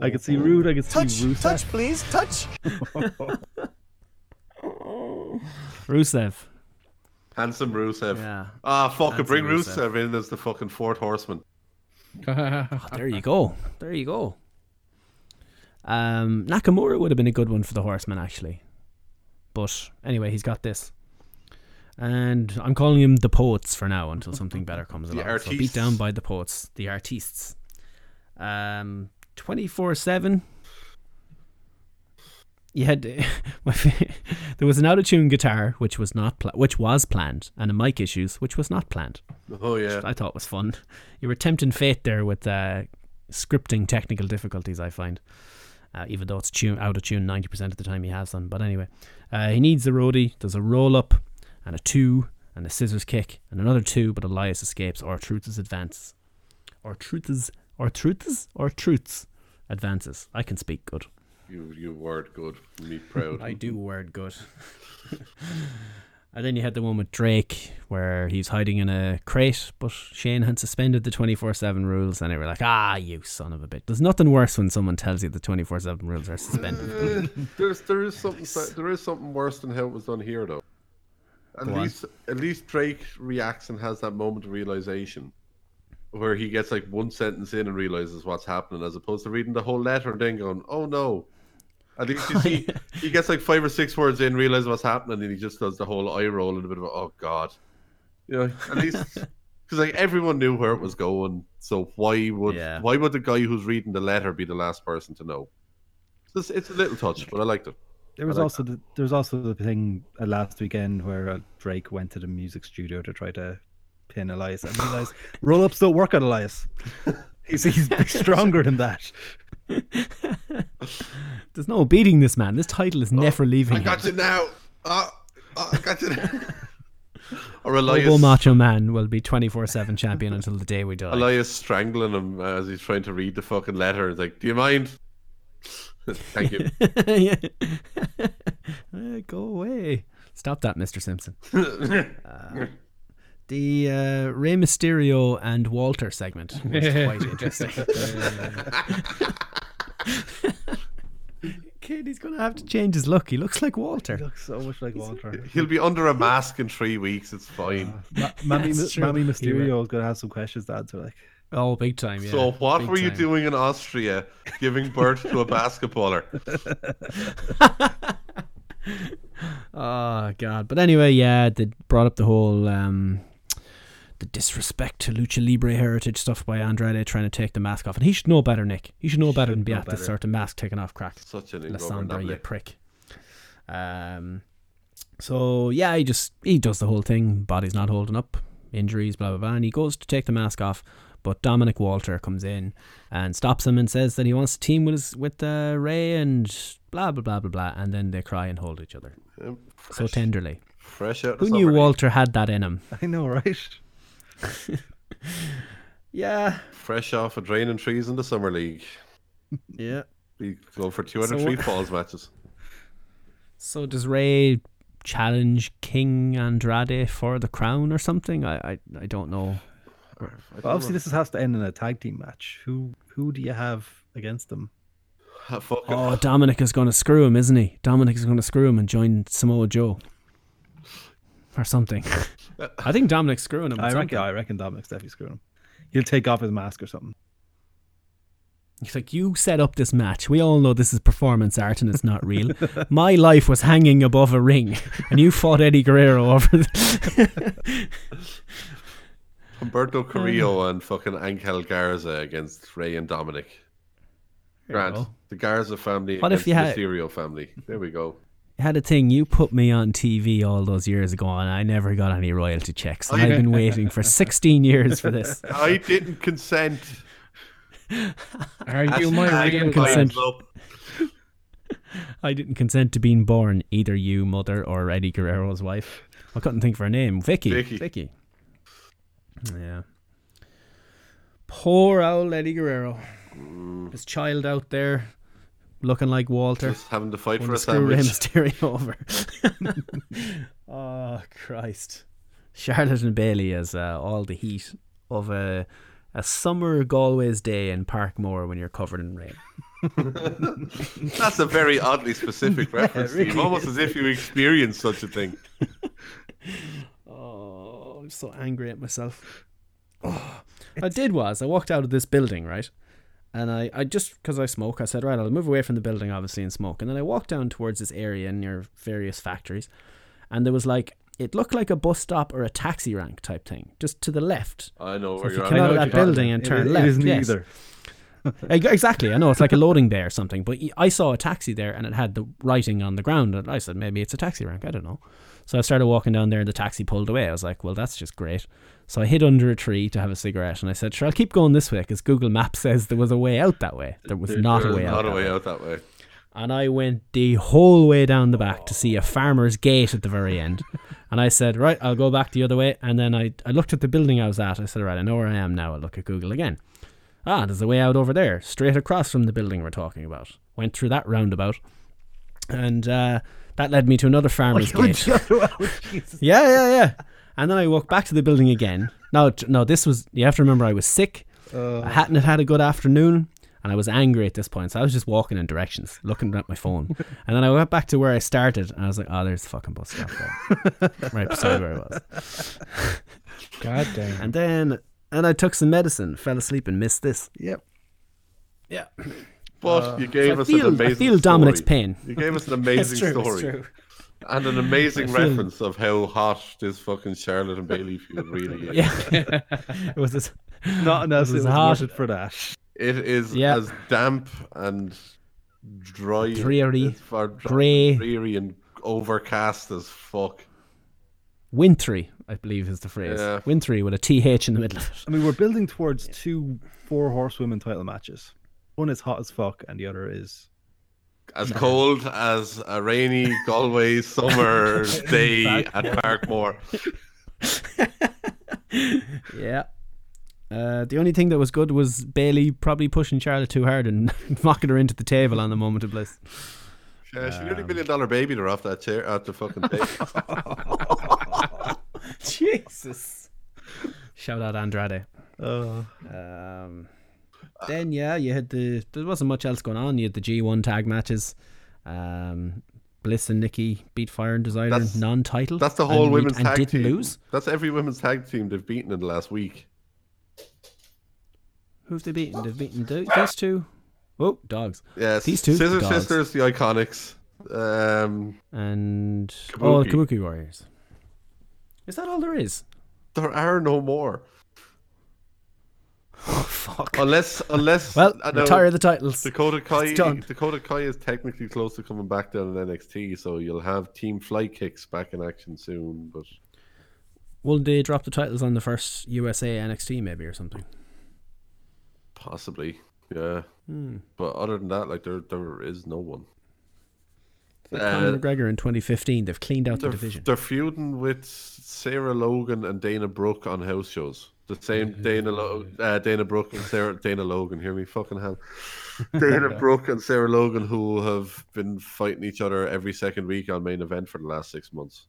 I could see Rude. I could see Rusev. please, touch. Rusev. Handsome Rusev. Yeah. Ah, fuck it. Handsome Bring Rusev. Rusev in as the fucking fourth horseman. Ah, There you go. There you go. Um, Nakamura would have been a good one for the Horseman, actually. But anyway, he's got this. And I'm calling him the Poets for now until something better comes along. So beat artistes. down by the Poets, the Artists. Um, 24-7. You had my fa- there was an out of tune guitar which was not pla- which was planned and a mic issues which was not planned Oh yeah. which I thought was fun. You were tempting fate there with uh, scripting technical difficulties, I find. Uh, even though it's tune, out of tune 90% of the time he has them. But anyway, uh, he needs a roadie. There's a roll up and a two and a scissors kick and another two, but Elias escapes or Truth's advance. Or Truth's, or Truth's, or Truth's advances. I can speak good. You you word good. Me proud. I do word good. and then you had the one with Drake where he's hiding in a crate, but Shane had suspended the 24 7 rules, and they were like, ah, you son of a bitch. There's nothing worse when someone tells you the 24 7 rules are suspended. Uh, There's there is something there is something worse than how it was done here though. At Go on. least at least Drake reacts and has that moment of realization where he gets like one sentence in and realizes what's happening as opposed to reading the whole letter and then going, Oh no. At least you see he gets like five or six words in, realizes what's happening, and he just does the whole eye roll and a bit of oh god. You know, at least because like everyone knew where it was going, so why would Yeah. why would the guy who's reading the letter be the last person to know? It's, it's a little touch, but I liked it. There was like also the, there was also the thing uh, last weekend where uh, Drake went to the music studio to try to pin Elias and realized roll ups don't work on Elias. he's he's stronger than that. There's no beating this man. This title is never leaving. Oh, I him. got you now. Ah, ah, I got you. Now. or Elias, Bobo Macho Man will be 24 7 champion until the day we die. Elias strangling him as he's trying to read the fucking letter. He's like, "Do you mind?" Thank you. Yeah. Eh, Go away. Stop that, Mr. Simpson. Uh, the uh, Rey Mysterio and Walter segment was quite interesting. Kid, he's going to have to change his look. He looks like Walter. Looks so much like Walter. He'll be under a mask in three weeks. It's fine. Ma- Mammy, That's true. Mammy You're right. Mysterio is gonna have some questions to answer. Like, Oh, big time, yeah. so, what big were you time. doing in Austria, giving birth to a basketballer? Oh god. But anyway, yeah, they brought up the whole um the disrespect to Lucha Libre heritage stuff by Andrade trying to take the mask off. And he should know better, Nick. He should know better than be know at this better. sort of mask taking off crack. Such an La Sombra, you ingovernable. prick. Um, so yeah, he just he does the whole thing. Body's not holding up, injuries, blah blah blah, and he goes to take the mask off. But Dominic Walter comes in and stops him and says that he wants to team with his, with uh, Ray and blah blah blah blah blah, and then they cry and hold each other Um, so Fresh, tenderly. fresh out. of Who knew summer league. Walter had that in him? I know, right? Yeah, Fresh off of draining trees in the summer league. yeah. We go for two out of So- three falls matches. So does Ray challenge King Andrade for the crown or something? I I, I don't know. I But don't obviously, know. this has to end in a tag team match. Who who do you have against them? Ah, fuck it. Oh, Dominic is going to screw him, isn't he? Dominic is going to screw him and join Samoa Joe or something. I think Dominic's screwing him. I I reckon, I reckon Dominic's definitely screwing him. He'll take off his mask or something. He's like, you set up this match. We all know this is performance art and it's not real. My life was hanging above a ring, and you fought Eddie Guerrero over. The- Humberto Carrillo and fucking Angel Garza against Ray and Dominic. Grant, go. the Garza family What if against you the had- Mysterio family. There we go. had a thing. You put me on TV all those years ago, and I never got any royalty Oh, checks. And I've been waiting for 16 years for this. I didn't consent. Are you my Hashtag real Lions consent. Up. I didn't consent to being born either you, mother, or Eddie Guerrero's wife. I couldn't think of her name. Vicky. Vicky. Vicky. Yeah. Poor old Eddie Guerrero. His child out there looking like Walter. Mm. Just having to fight for Wanting a to screw Rey sandwich. Mysterio over. oh, Christ. Charlotte and Bailey has uh, all the heat of a, a summer Galway's day in Parkmore when you're covered in rain. That's a very oddly specific reference, Steve. really Almost as if you experienced such a thing. Oh, I'm so angry at myself. Oh, I did was I walked out of this building right, and I I just because I smoke I said right I'll move away from the building obviously and smoke, and then I walked down towards this area near various factories, and there was like it looked like a bus stop or a taxi rank type thing just to the left. I know So where if you you're come at. out of what that you're talking building about. and It- turn it left, isn't yes. either. Ex- Exactly, I know it's like a loading bay or something, but I saw a taxi there and it had the writing on the ground, and I said maybe it's a taxi rank, I don't know. So I started walking down there, and the taxi pulled away. I was like, well, that's just great. So I hid under a tree to have a cigarette, and I said, sure, I'll keep going this way because Google Maps says there was a way out that way. There was There- not there a is way out. Not a that way way. Uh, out that way. And I went the whole way down the back to see a farmer's gate at the very end. and I said, right, I'll go back the other way. And then I, I looked at the building I was at. I said, right, I know where I am now. I'll look at Google again. Ah, there's a way out over there, straight across from the building we're talking about. Went through that roundabout. And uh, that led me to another farmer's gate. Yeah, yeah, yeah. And then I walked back to the building again. No, t- no, this was, you have to remember, I was sick. I hadn't had a good afternoon and I was angry at this point. So I was just walking in directions, looking at my phone. And then I went back to where I started and I was like, oh, there's the fucking bus stop there. right beside where I was. God damn. And then, and I took some medicine, fell asleep and missed this. Yep. But you gave I us feel, an amazing I feel Dominic's story. pain. You gave us an amazing story. And an amazing reference of how hot this fucking Charlotte and Bailey feud really is. Yeah. it was this. Not unless It it was was hard. worth it for that. It is Yeah. as damp and dry, Dreary, as far dry- grey. dreary and overcast as fuck. Wintry, I believe is the phrase. Yeah. Wintry with a TH in the middle of it. I mean, we're building towards two four horsewomen title matches. One is hot as fuck, and the other is As cold as a rainy Galway summer day at Parkmore. Yeah. Uh, the only thing that was good was Bailey probably pushing Charlotte too hard and knocking her into the table on the moment of bliss. Yeah, she nearly million dollar babied her off that chair, off the fucking table. Jesus. Shout out Andrade. Um, then yeah, you had the there wasn't much else going on. You had the G one tag matches. Um, Bliss and Nikki beat Fire and Desire That's- non title. That's the whole and, women's and tag didn't team. lose. That's every women's tag team they've beaten in the last week. Who have they beaten? They've beaten th- these two. Oh, dogs. Yes, These two Scissor dogs. Sisters, the Iconics, Um, and oh, Kabuki. Kabuki Warriors. Is that all there is? there are no more. Fuck. Unless, unless. Well, I know retire the titles. Dakota Kai. done. Dakota Kai is technically close to coming back down in NXT, so you'll have Team Fly Kicks back in action soon. But Will they drop the titles on the first USA NXT maybe or something? possibly, yeah. Hmm. But other than that, like there, there is no one. Conor McGregor in 2015, they've cleaned out the Uh, They're, division. they're feuding with Sarah Logan and Dana Brooke on house shows. The same Dana Lo- uh, Dana Brooke and Sarah Dana Logan. Hear me, fucking hell. Dana Brooke and Sarah Logan, who have been fighting each other every second week on main event for the last six months.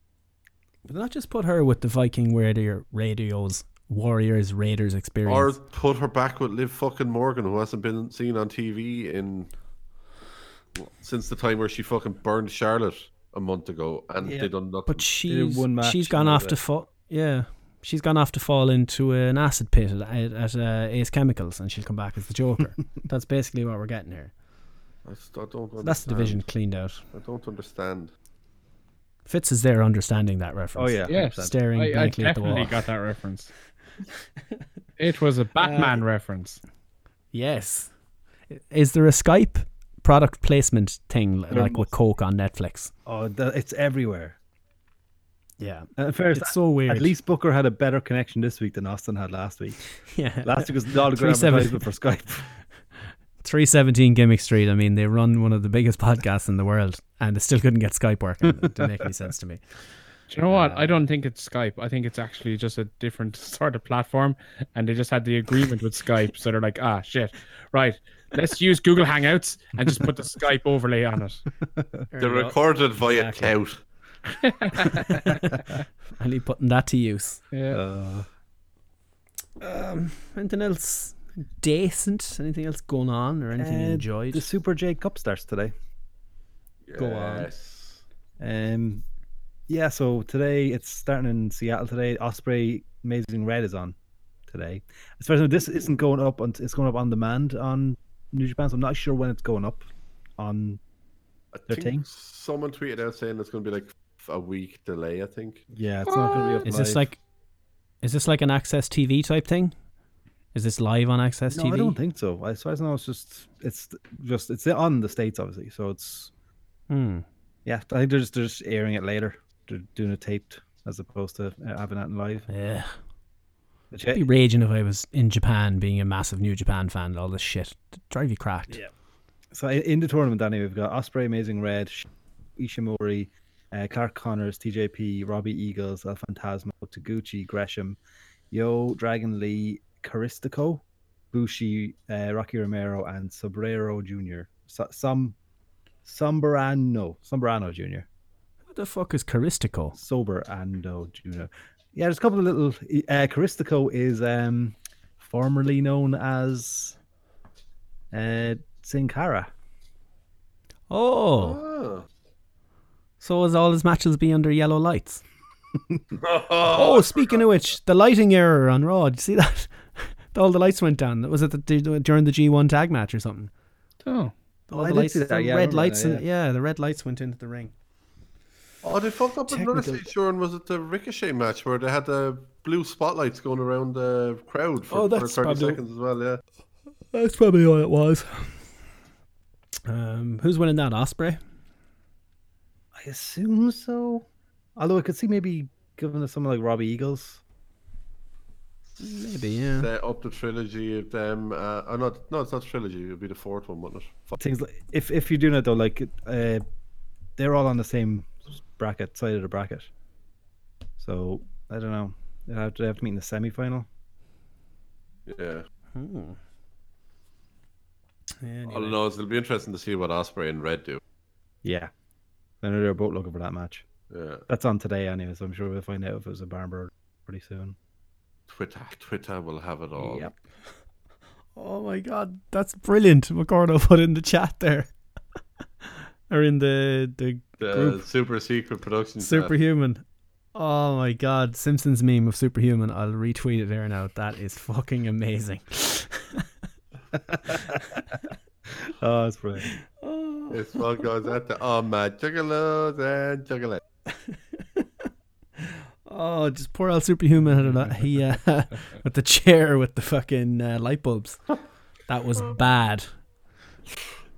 But not just put her with the Viking radio, radios, Warriors, Raiders experience. Or put her back with Liv fucking Morgan, who hasn't been seen on TV in since the time where she fucking burned Charlotte a month ago, and they done nothing. but she's one match she's and gone that off was to it. fall. Yeah, she's gone off to fall into an acid pit at, at uh, Ace Chemicals, and she'll come back as the Joker. That's basically what we're getting here. I, just- I don't understand. That's the division cleaned out. I don't understand. Fitz is there understanding that reference. Oh yeah, Yeah. 100%. staring I, I blankly at the definitely wall. got that reference. it was a Batman reference. Yes. Is there a Skype product placement thing li- There like with Coke on Netflix? Oh, that, it's everywhere. Yeah. And in fairness, It's so weird. At least Booker had a better connection this week than Austin had last week. Yeah. Last week was not a good 370. advertisement for Skype. 317 Gimmick Street. I mean, they run one of the biggest podcasts in the world and they still couldn't get Skype working. It didn't make any sense to me. Do you know what? I don't think it's Skype. I think it's actually just a different sort of platform, and they just had the agreement with Skype, so they're like, ah, shit, right? Let's use Google Hangouts and just put the Skype overlay on it. They're recorded via tout. And he putting that to use. Yeah. Anything else decent? Anything else going on or anything you Uh, enjoyed? The Super J Cup starts today. Go on. Yes. Um, yeah, so today it's starting in Seattle today. Osprey Amazing Red is on today. As far as I know, this isn't going up on it's going up on demand on New Japan, so I'm not sure when it's going up on I Their think team? Someone tweeted out saying it's going to be like a week delay. I think. yeah, it's not gonna be up. Is this live. like is this like an access TV type thing? Is this live on Access no, TV? I don't think so. As far as I know, it's just it's just it's on the States obviously, so it's Hmm. yeah, I think they're just they're just airing it later. They're doing it taped as opposed to uh, having that live. Yeah. But I'd be raging if I was in Japan being a massive New Japan fan and all this shit. It'd drive you cracked. Yeah. So i- in the tournament, Danny, we've got Osprey, Amazing Red, Sh- Ishimori, uh, Clark Connors, TJP, Robbie Eagles, El Fantasma, Taguchi, Gresham, Yo, Dragon Lee, Caristico, Bushi, uh, Rocky Romero, and Sobrero Jr. So, some Sombrano, Sombrano Jr. What the fuck is Caristico? Sober and no Jr. Yeah, there's a couple of little. Uh, Caristico is um, formerly known as uh, Sin Cara. Oh, Oh. so was all his matches be under yellow lights? oh, speaking of which, the lighting error on Raw. Did you see that? all the lights went down. Was it the, during the G1 tag match or something? Oh. All I the did lights, see that, the yeah, I red remember lights, that, and, yeah, the red lights went into the ring. Oh, they fucked up another Technical- stage, Sean. Was it the Ricochet match where they had the blue spotlights going around the crowd for, Oh, for that's 30 probably- seconds as well? Yeah. That's probably all it was. Um, who's winning that? Osprey. I assume so. Although I could see maybe giving us someone like Robbie Eagles. Maybe, yeah. Set up the trilogy of them. Uh, oh, not, no, it's not trilogy. It would be the fourth one, wouldn't it? Fuck. Things like if if you're doing it though, like uh, they're all on the same bracket side of the bracket. So I don't know. They have to, they have to meet in the semi final. Yeah. Hmm. Anyway. I don't know. It'll be interesting to see what Osprey and Red do. Yeah, I know they're both looking for that match. Yeah. That's on today anyway, so I'm sure we'll find out if it was a barn burner pretty soon. Twitter, Twitter will have it all. Yep. Oh my god, that's brilliant. McCordo put in the chat there. or in the the The group super secret uh, production. set. Superhuman. Oh my god, Simpsons meme of Superhuman. I'll retweet it there now. That is fucking amazing. Oh, that's brilliant. oh This one goes out to all my juggalos and juggalettes. Oh, just poor El Superhuman had a lot. He uh, with the chair with the fucking uh, light bulbs. That was bad.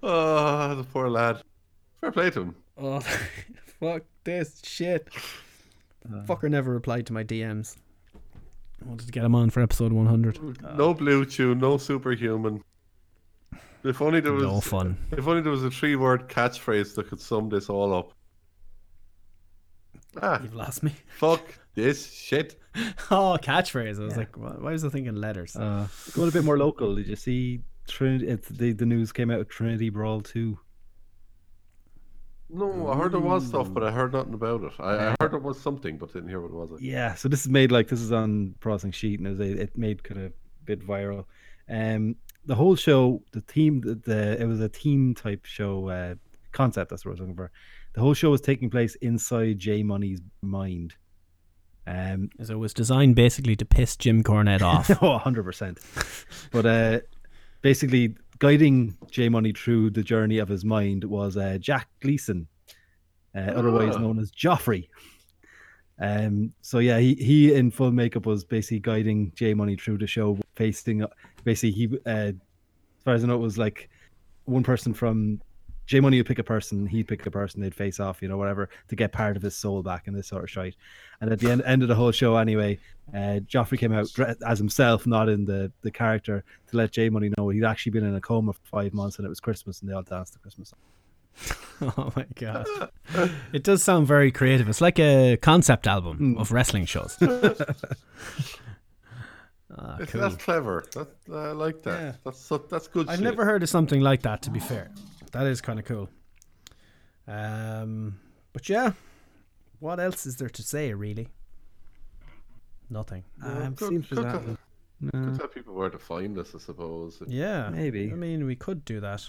Oh, the poor lad. Fair play to him. Oh, fuck this shit. Fucker never replied to my DMs. I Uh. wanted to get him on for episode 100. No blue chew, no superhuman. If only there was No fun. if only there was a three word catchphrase that could sum this all up. Ah, You've lost me. fuck this shit. Oh, catchphrase. I was like, why why was I thinking letters? Uh, going a bit more local, did you see Trinity? It's the, the news came out of Trinity Brawl 2. No, I heard there was stuff, but I heard nothing about it. I, I heard there was something, but didn't hear what it was. Yeah, so this is made like this is on Processing Sheet and it, was a, it made kind of bit viral. Um, the whole show, the team, the, the it was a team type show uh, concept. That's what I was looking for. The whole show was taking place inside J Money's mind. Um, So it was designed basically to piss Jim Cornette off. Oh, 100%. but uh, basically, guiding J Money through the journey of his mind was uh, Jack Gleason, uh, otherwise known as Joffrey. Um, so yeah, he, he in full makeup was basically guiding J Money through the show, facing basically he, uh, as far as I know, it was like one person from J Money would pick a person, he'd pick a person, they'd face off, you know, whatever, to get part of his soul back and this sort of shit. And at the end, end of the whole show, anyway, uh, Joffrey came out dre- as himself, not in the, the character, to let J Money know he'd actually been in a coma for five months and it was Christmas and they all danced the Christmas song. oh my god. It does sound very creative. It's like a concept album of wrestling shows. Ah, It's- cool. That's clever. That, I like that. That's so, that's good. I've shit. never heard of something like that. To be fair, that is kind of cool. Um, but yeah, what else is there to say really? Nothing. I've good- seen for good that. to- Could tell people where to find us, I suppose. Yeah, Maybe. I mean, we could do that.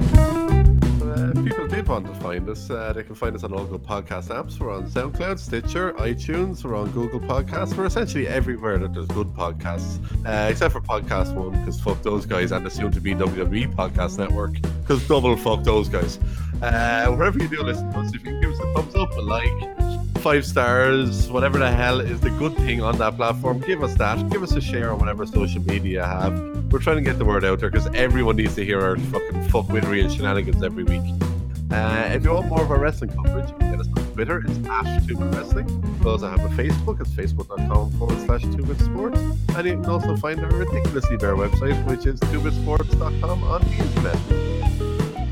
Uh, if people did want to find us, uh, they can find us on all good podcast apps. We're on SoundCloud, Stitcher, iTunes. We're on Google Podcasts. We're essentially everywhere that there's good podcasts, uh, except for Podcast One, because fuck those guys and the soon-to-be WWE Podcast Network, because double fuck those guys. Uh, wherever you do listen to us, if you can give us a thumbs up, a like, five stars, whatever the hell is the good thing on that platform, give us that. Give us a share on whatever social media you have. We're trying to get the word out there because everyone needs to hear our fucking fuckwittery and shenanigans every week. Uh, if you want more of our wrestling coverage, you can get us on Twitter. It's ash 2 wrestling. We also have a Facebook. It's facebook.com forward slash 2 sports. And you can also find our ridiculously bare website, which is 2 sports.com on the internet.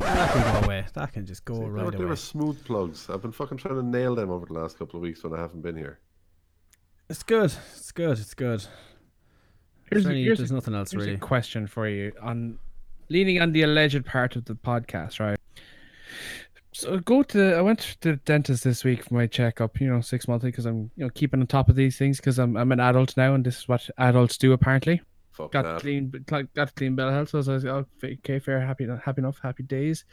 That can go away. That can just go they, were, right they were away. smooth plugs. I've been fucking trying to nail them over the last couple of weeks when I haven't been here. It's good. It's good. It's good. Here's, a- Certainly, here's a- there's nothing else here's really. a question for you on leaning on the alleged part of the podcast, right? So go to I went to the dentist this week for my checkup, you know, six monthly because I'm you know keeping on top of these things because I'm I'm an adult now and this is what adults do apparently. Fuck Got that. clean, got got clean bill of health. So I was like, oh, f- okay, fair, happy, happy enough, happy days.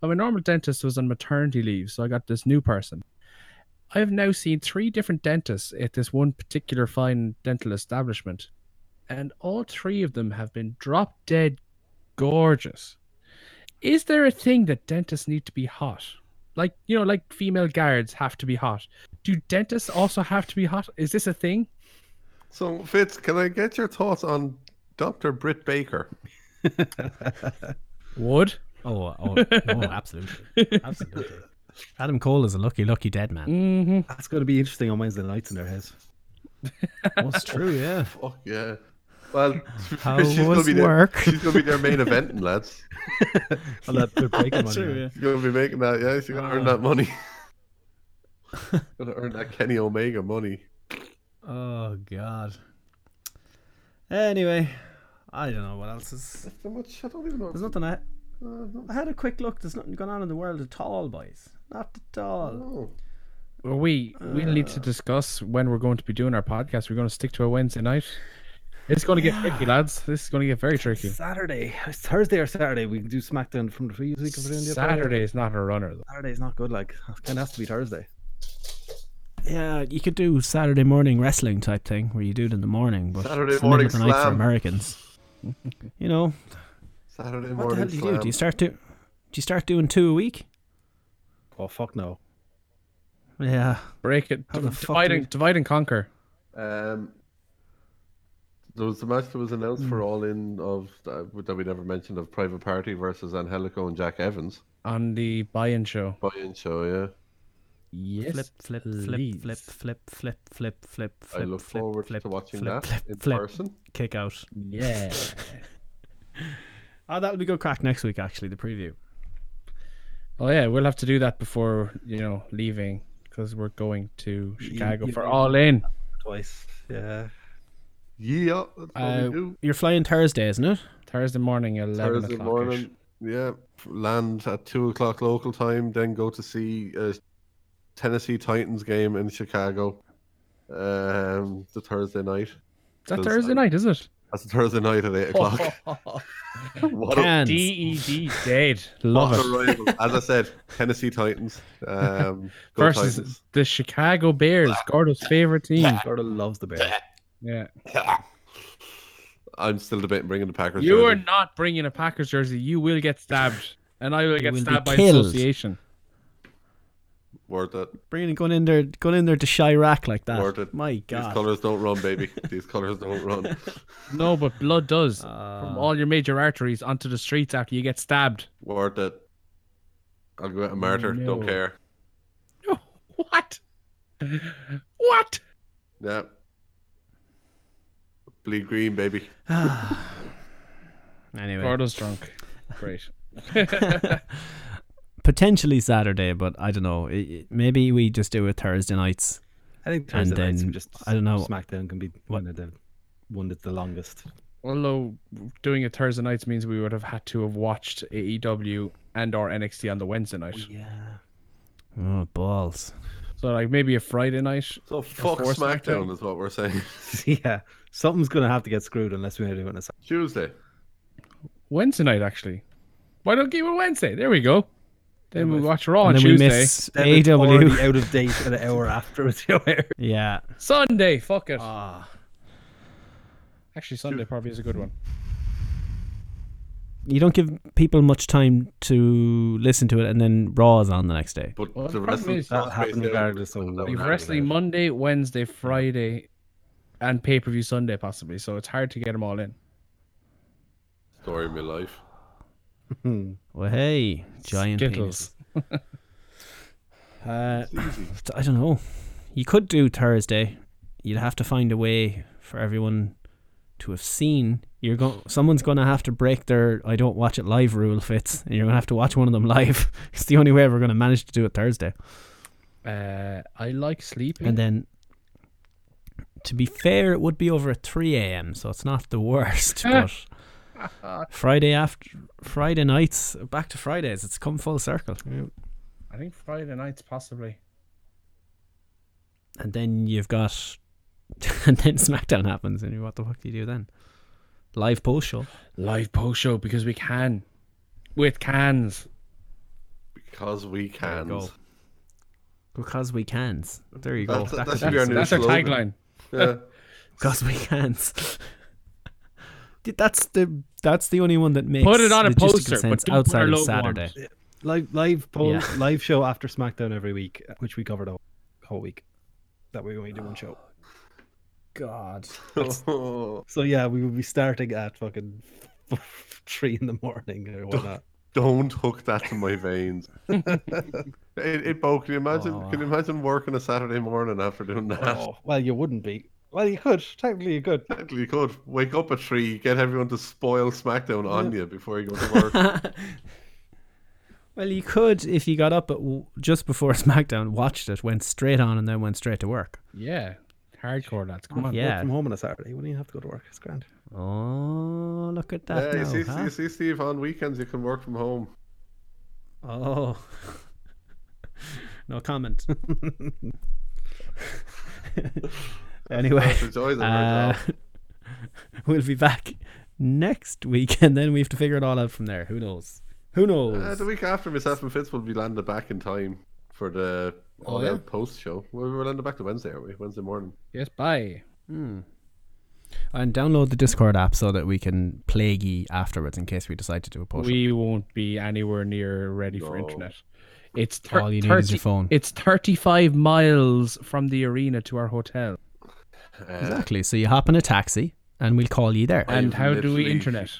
But my normal dentist was on maternity leave, so I got this new person. I have now seen three different dentists at this one particular fine dental establishment, and all three of them have been drop dead gorgeous. Is there a thing that dentists need to be hot? Like, you know, like female guards have to be hot. Do dentists also have to be hot? Is this a thing? So, Fitz, can I get your thoughts on Dr. Britt Baker? Would? Oh, oh, oh, absolutely, absolutely. Adam Cole is a lucky, lucky dead man. Mm-hmm. That's going to be interesting on Wednesday nights in their house. That's true. Yeah. Fuck yeah. Well, How she's gonna was be their- work? she's going to be their main event, lads. I'll let Britt break him on you. She's gonna be making that. Yeah, she's gonna Uh. earn that money. gonna earn that Kenny Omega money. Oh God. Anyway, I don't know what else is. How much? I don't even know. There's nothing. I, I had a quick look. There's nothing going on in the world at all, boys. Not at all. Oh, Well, we we need to discuss when we're going to be doing our podcast. We're going to stick to a Wednesday night. It's going to get tricky, lads. This is going to get very tricky. Saturday. It's Thursday or Saturday. We can do SmackDown from the free week. if we're doing the other way. Saturday is not a runner. Though. Saturday's not good. Like, kind of has to be Thursday. Yeah, you could do Saturday morning wrestling type thing where you do it in the morning, but Saturday it's the middle morning of the night for slam. Americans. you know, Saturday What the morning. hell do you do? slam. Do you start do? Do you start doing two a week? Oh fuck no. Yeah. Break it. How the Div- fuck divide, do and, you- divide and conquer. Um, there was the match that was announced Hmm. for All In of that that we never mentioned of Private Party versus Angelico and Jack Evans On the buy-in show. buy-in show. Yeah, Yes. Flip, flip, flip, please. flip, flip, flip, flip, flip, flip. I look flip, forward flip, to watching flip, that Flip, in flip, person. Mm. kick out. Yeah. Oh, that'll be good crack next week. Actually, the preview. oh yeah, we'll have to do that before you know leaving because we're going to Chicago for All In. Twice. Yeah. Yeah, that's what Uh, we do. You're flying Thursday, isn't it? Thursday morning, eleven Thursday o'clock. morning. Yeah, land at two o'clock local time. Then go to see a Tennessee Titans game in Chicago. Um, the Thursday night. Is that Does- Thursday night? Is it? That's a Thursday night at eight o'clock. what a, Cans. D dead. what Love a it. rival. As I said, Tennessee Titans. Um, go Versus Titans. the Chicago Bears, Gordo's favorite team. Gordo loves the bear. Yeah. I'm still debating bringing the Packers. You are jersey. not bringing a Packers jersey. You will get stabbed, and I will get will be stabbed by killed. association. worth it. Bringing going in there, going in there to Chirac like that. Worth it. My These God. colors don't run, baby. These colors don't run. No, but blood does Uh, from all your major arteries onto the streets after you get stabbed. Worth it. I'll go out a martyr. Don't No. care. What? What? Yeah. Bleed green, baby. Anyway, Gordo's drunk. Great. potentially Saturday, but I don't know. It- it- Maybe we just do it Thursday nights. I think Thursday nights then, we just I don't know. SmackDown can be one of the one that's the longest. Although doing it Thursday nights means we would have had to have watched AEW and or NXT on the Wednesday night. Oh balls! So like maybe a Friday night. So fuck force SmackDown SmackDown. is what we're saying. yeah. Something's gonna have to get screwed unless we do it on a Saturday. Tuesday. Wednesday night actually. Why don't give it Wednesday? There we go. Then we watch Raw and on then Tuesday. we miss Then it's already AW. out of date an hour after it's over. Yeah, Sunday, fuck it. Ah. Actually Sunday probably is a good one. you don't give people much time to listen to it, and then Raw is on the next day. But Well, the the rest problem of is the that happened regardless of what You've wrestling Monday, Wednesday, Friday, and pay per view Sunday possibly. So it's hard to get them all in. story of my life. Well, hey, giant Skittles. penis. Uh, I don't know. You could do Thursday. You'd have to find a way for everyone to have seen. You're going. Someone's going to have to break their "I don't watch it live" rule, Fitz, and you're going to have to watch one of them live. It's the only way we're going to manage to do it Thursday. Uh, I like sleeping. And then, to be fair, it would be over at 3 a.m., so it's not the worst. but Friday after Friday nights, back to Fridays, it's come full circle. I think Friday nights possibly. And then you've got, and then SmackDown happens, and you- what the fuck do you do then? Live post show. Live post show because we can. With cans. Because we can. go. Because we can. There you go. That's- That that's could your be- new That's our slogan. tagline. Yeah. Because we can. That's the that's the only one that makes Put it on a logistical poster, but sense don't put our outside of logo on Saturday. Live live poll, Yeah. live show after SmackDown every week, which we covered all whole week. That way we only do one show. God. So yeah, we will be starting at fucking three in the morning or whatnot. Don't hook that to my veins. it, it broke. Can you imagine? Can you imagine working a Saturday morning after doing that? Oh, well, you wouldn't be. Well, you could technically you could. Technically, you could wake up at three, get everyone to spoil SmackDown on you before you go to work. Well, you could if you got up at w- just before SmackDown, watched it, went straight on, and then went straight to work. Yeah. Hardcore lads. Come on. Work from home on a Saturday. You wouldn't even have to go to work. It's grand. Oh, look at that yeah, you now, see, huh? you see, Steve, on weekends you can work from home. Oh. no comment. anyway, Enjoy the uh, we'll be back next week, and then we have to figure it all out from there. Who knows? Who uh, knows? The week after, myself and Fitz will be landed back in time for the Oh, all yeah? out post show. Well, We're landed back to Wednesday, are we? Wednesday morning. Yes, bye. And download the Discord app so that we can plague ye afterwards in case we decide to do a push. We won't be anywhere near ready for internet. It's thir- All you need 30, is your phone. It's 35 miles from the arena to our hotel. Exactly. So you hop in a taxi and we'll call you there. And I've how do we literally- internet?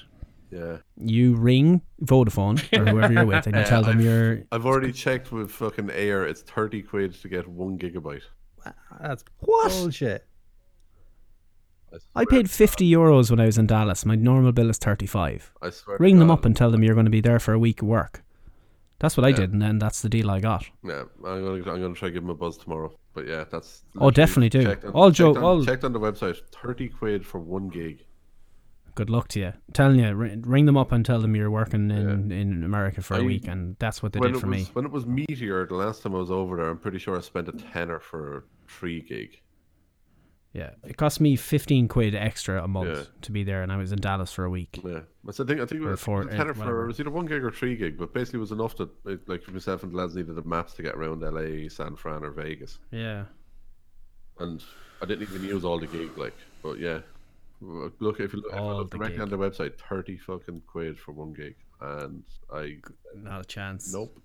Yeah. You ring Vodafone or whoever you're with and you tell them you're Uh, I've already checked with fucking Air. It's 30 quid to get one gigabyte. That's what? bullshit. I paid 50 euros when I was in Dallas. My normal bill is 35. I swear. to Ring them God. up and tell them you're going to be there for a week of work. That's what I did, and then that's the deal I got. Yeah, I'm gonna I'm gonna try to give him a buzz tomorrow. But yeah, that's Oh, literally definitely do. checked on- All checked joke- on- all- checked on the website. Thirty quid for one gig. Good luck to you. Telling you, ri- ring them up and tell them you're working in, in America for a week, and that's what they When did it for was me. when it was Meteor the last time I was over there, I'm pretty sure I spent a tenner for three gig. Yeah, it cost me 15 quid extra a month Yeah. to be there, and I was in Dallas for a week. Yeah, that's the thing. I think it Or was four- a tenner eh, for whatever. it was either one gig or three gig, but basically it was enough that it, like myself and the lads needed the maps to get around LA, San Fran, or Vegas, Yeah. and I didn't even use all the gig. Like, but yeah, look if you look, if I All look the directly gig. on the website, thirty fucking quid for one gig, and I Not a chance. nope.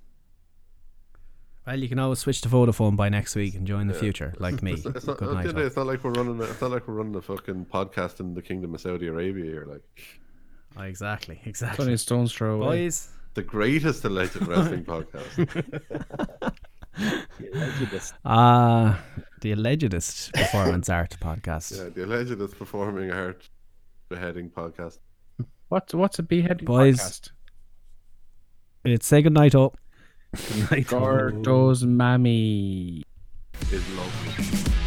Well, you can always switch to Vodafone by next week and join the future, like me. It's Good not, at the end night. of the day, it's not like we're running. A, it's not like we're running a fucking podcast in the Kingdom of Saudi Arabia. Here, like all. Oh, exactly, It's only a exactly. stone's throw away. Boys. the greatest alleged wrestling podcast. Ah, the allegedest performance art podcast. Yeah, the alleged is performing art beheading podcast. What's what's a beheading Boys. podcast? It's say goodnight up. Gordo's mammy. Is lovely.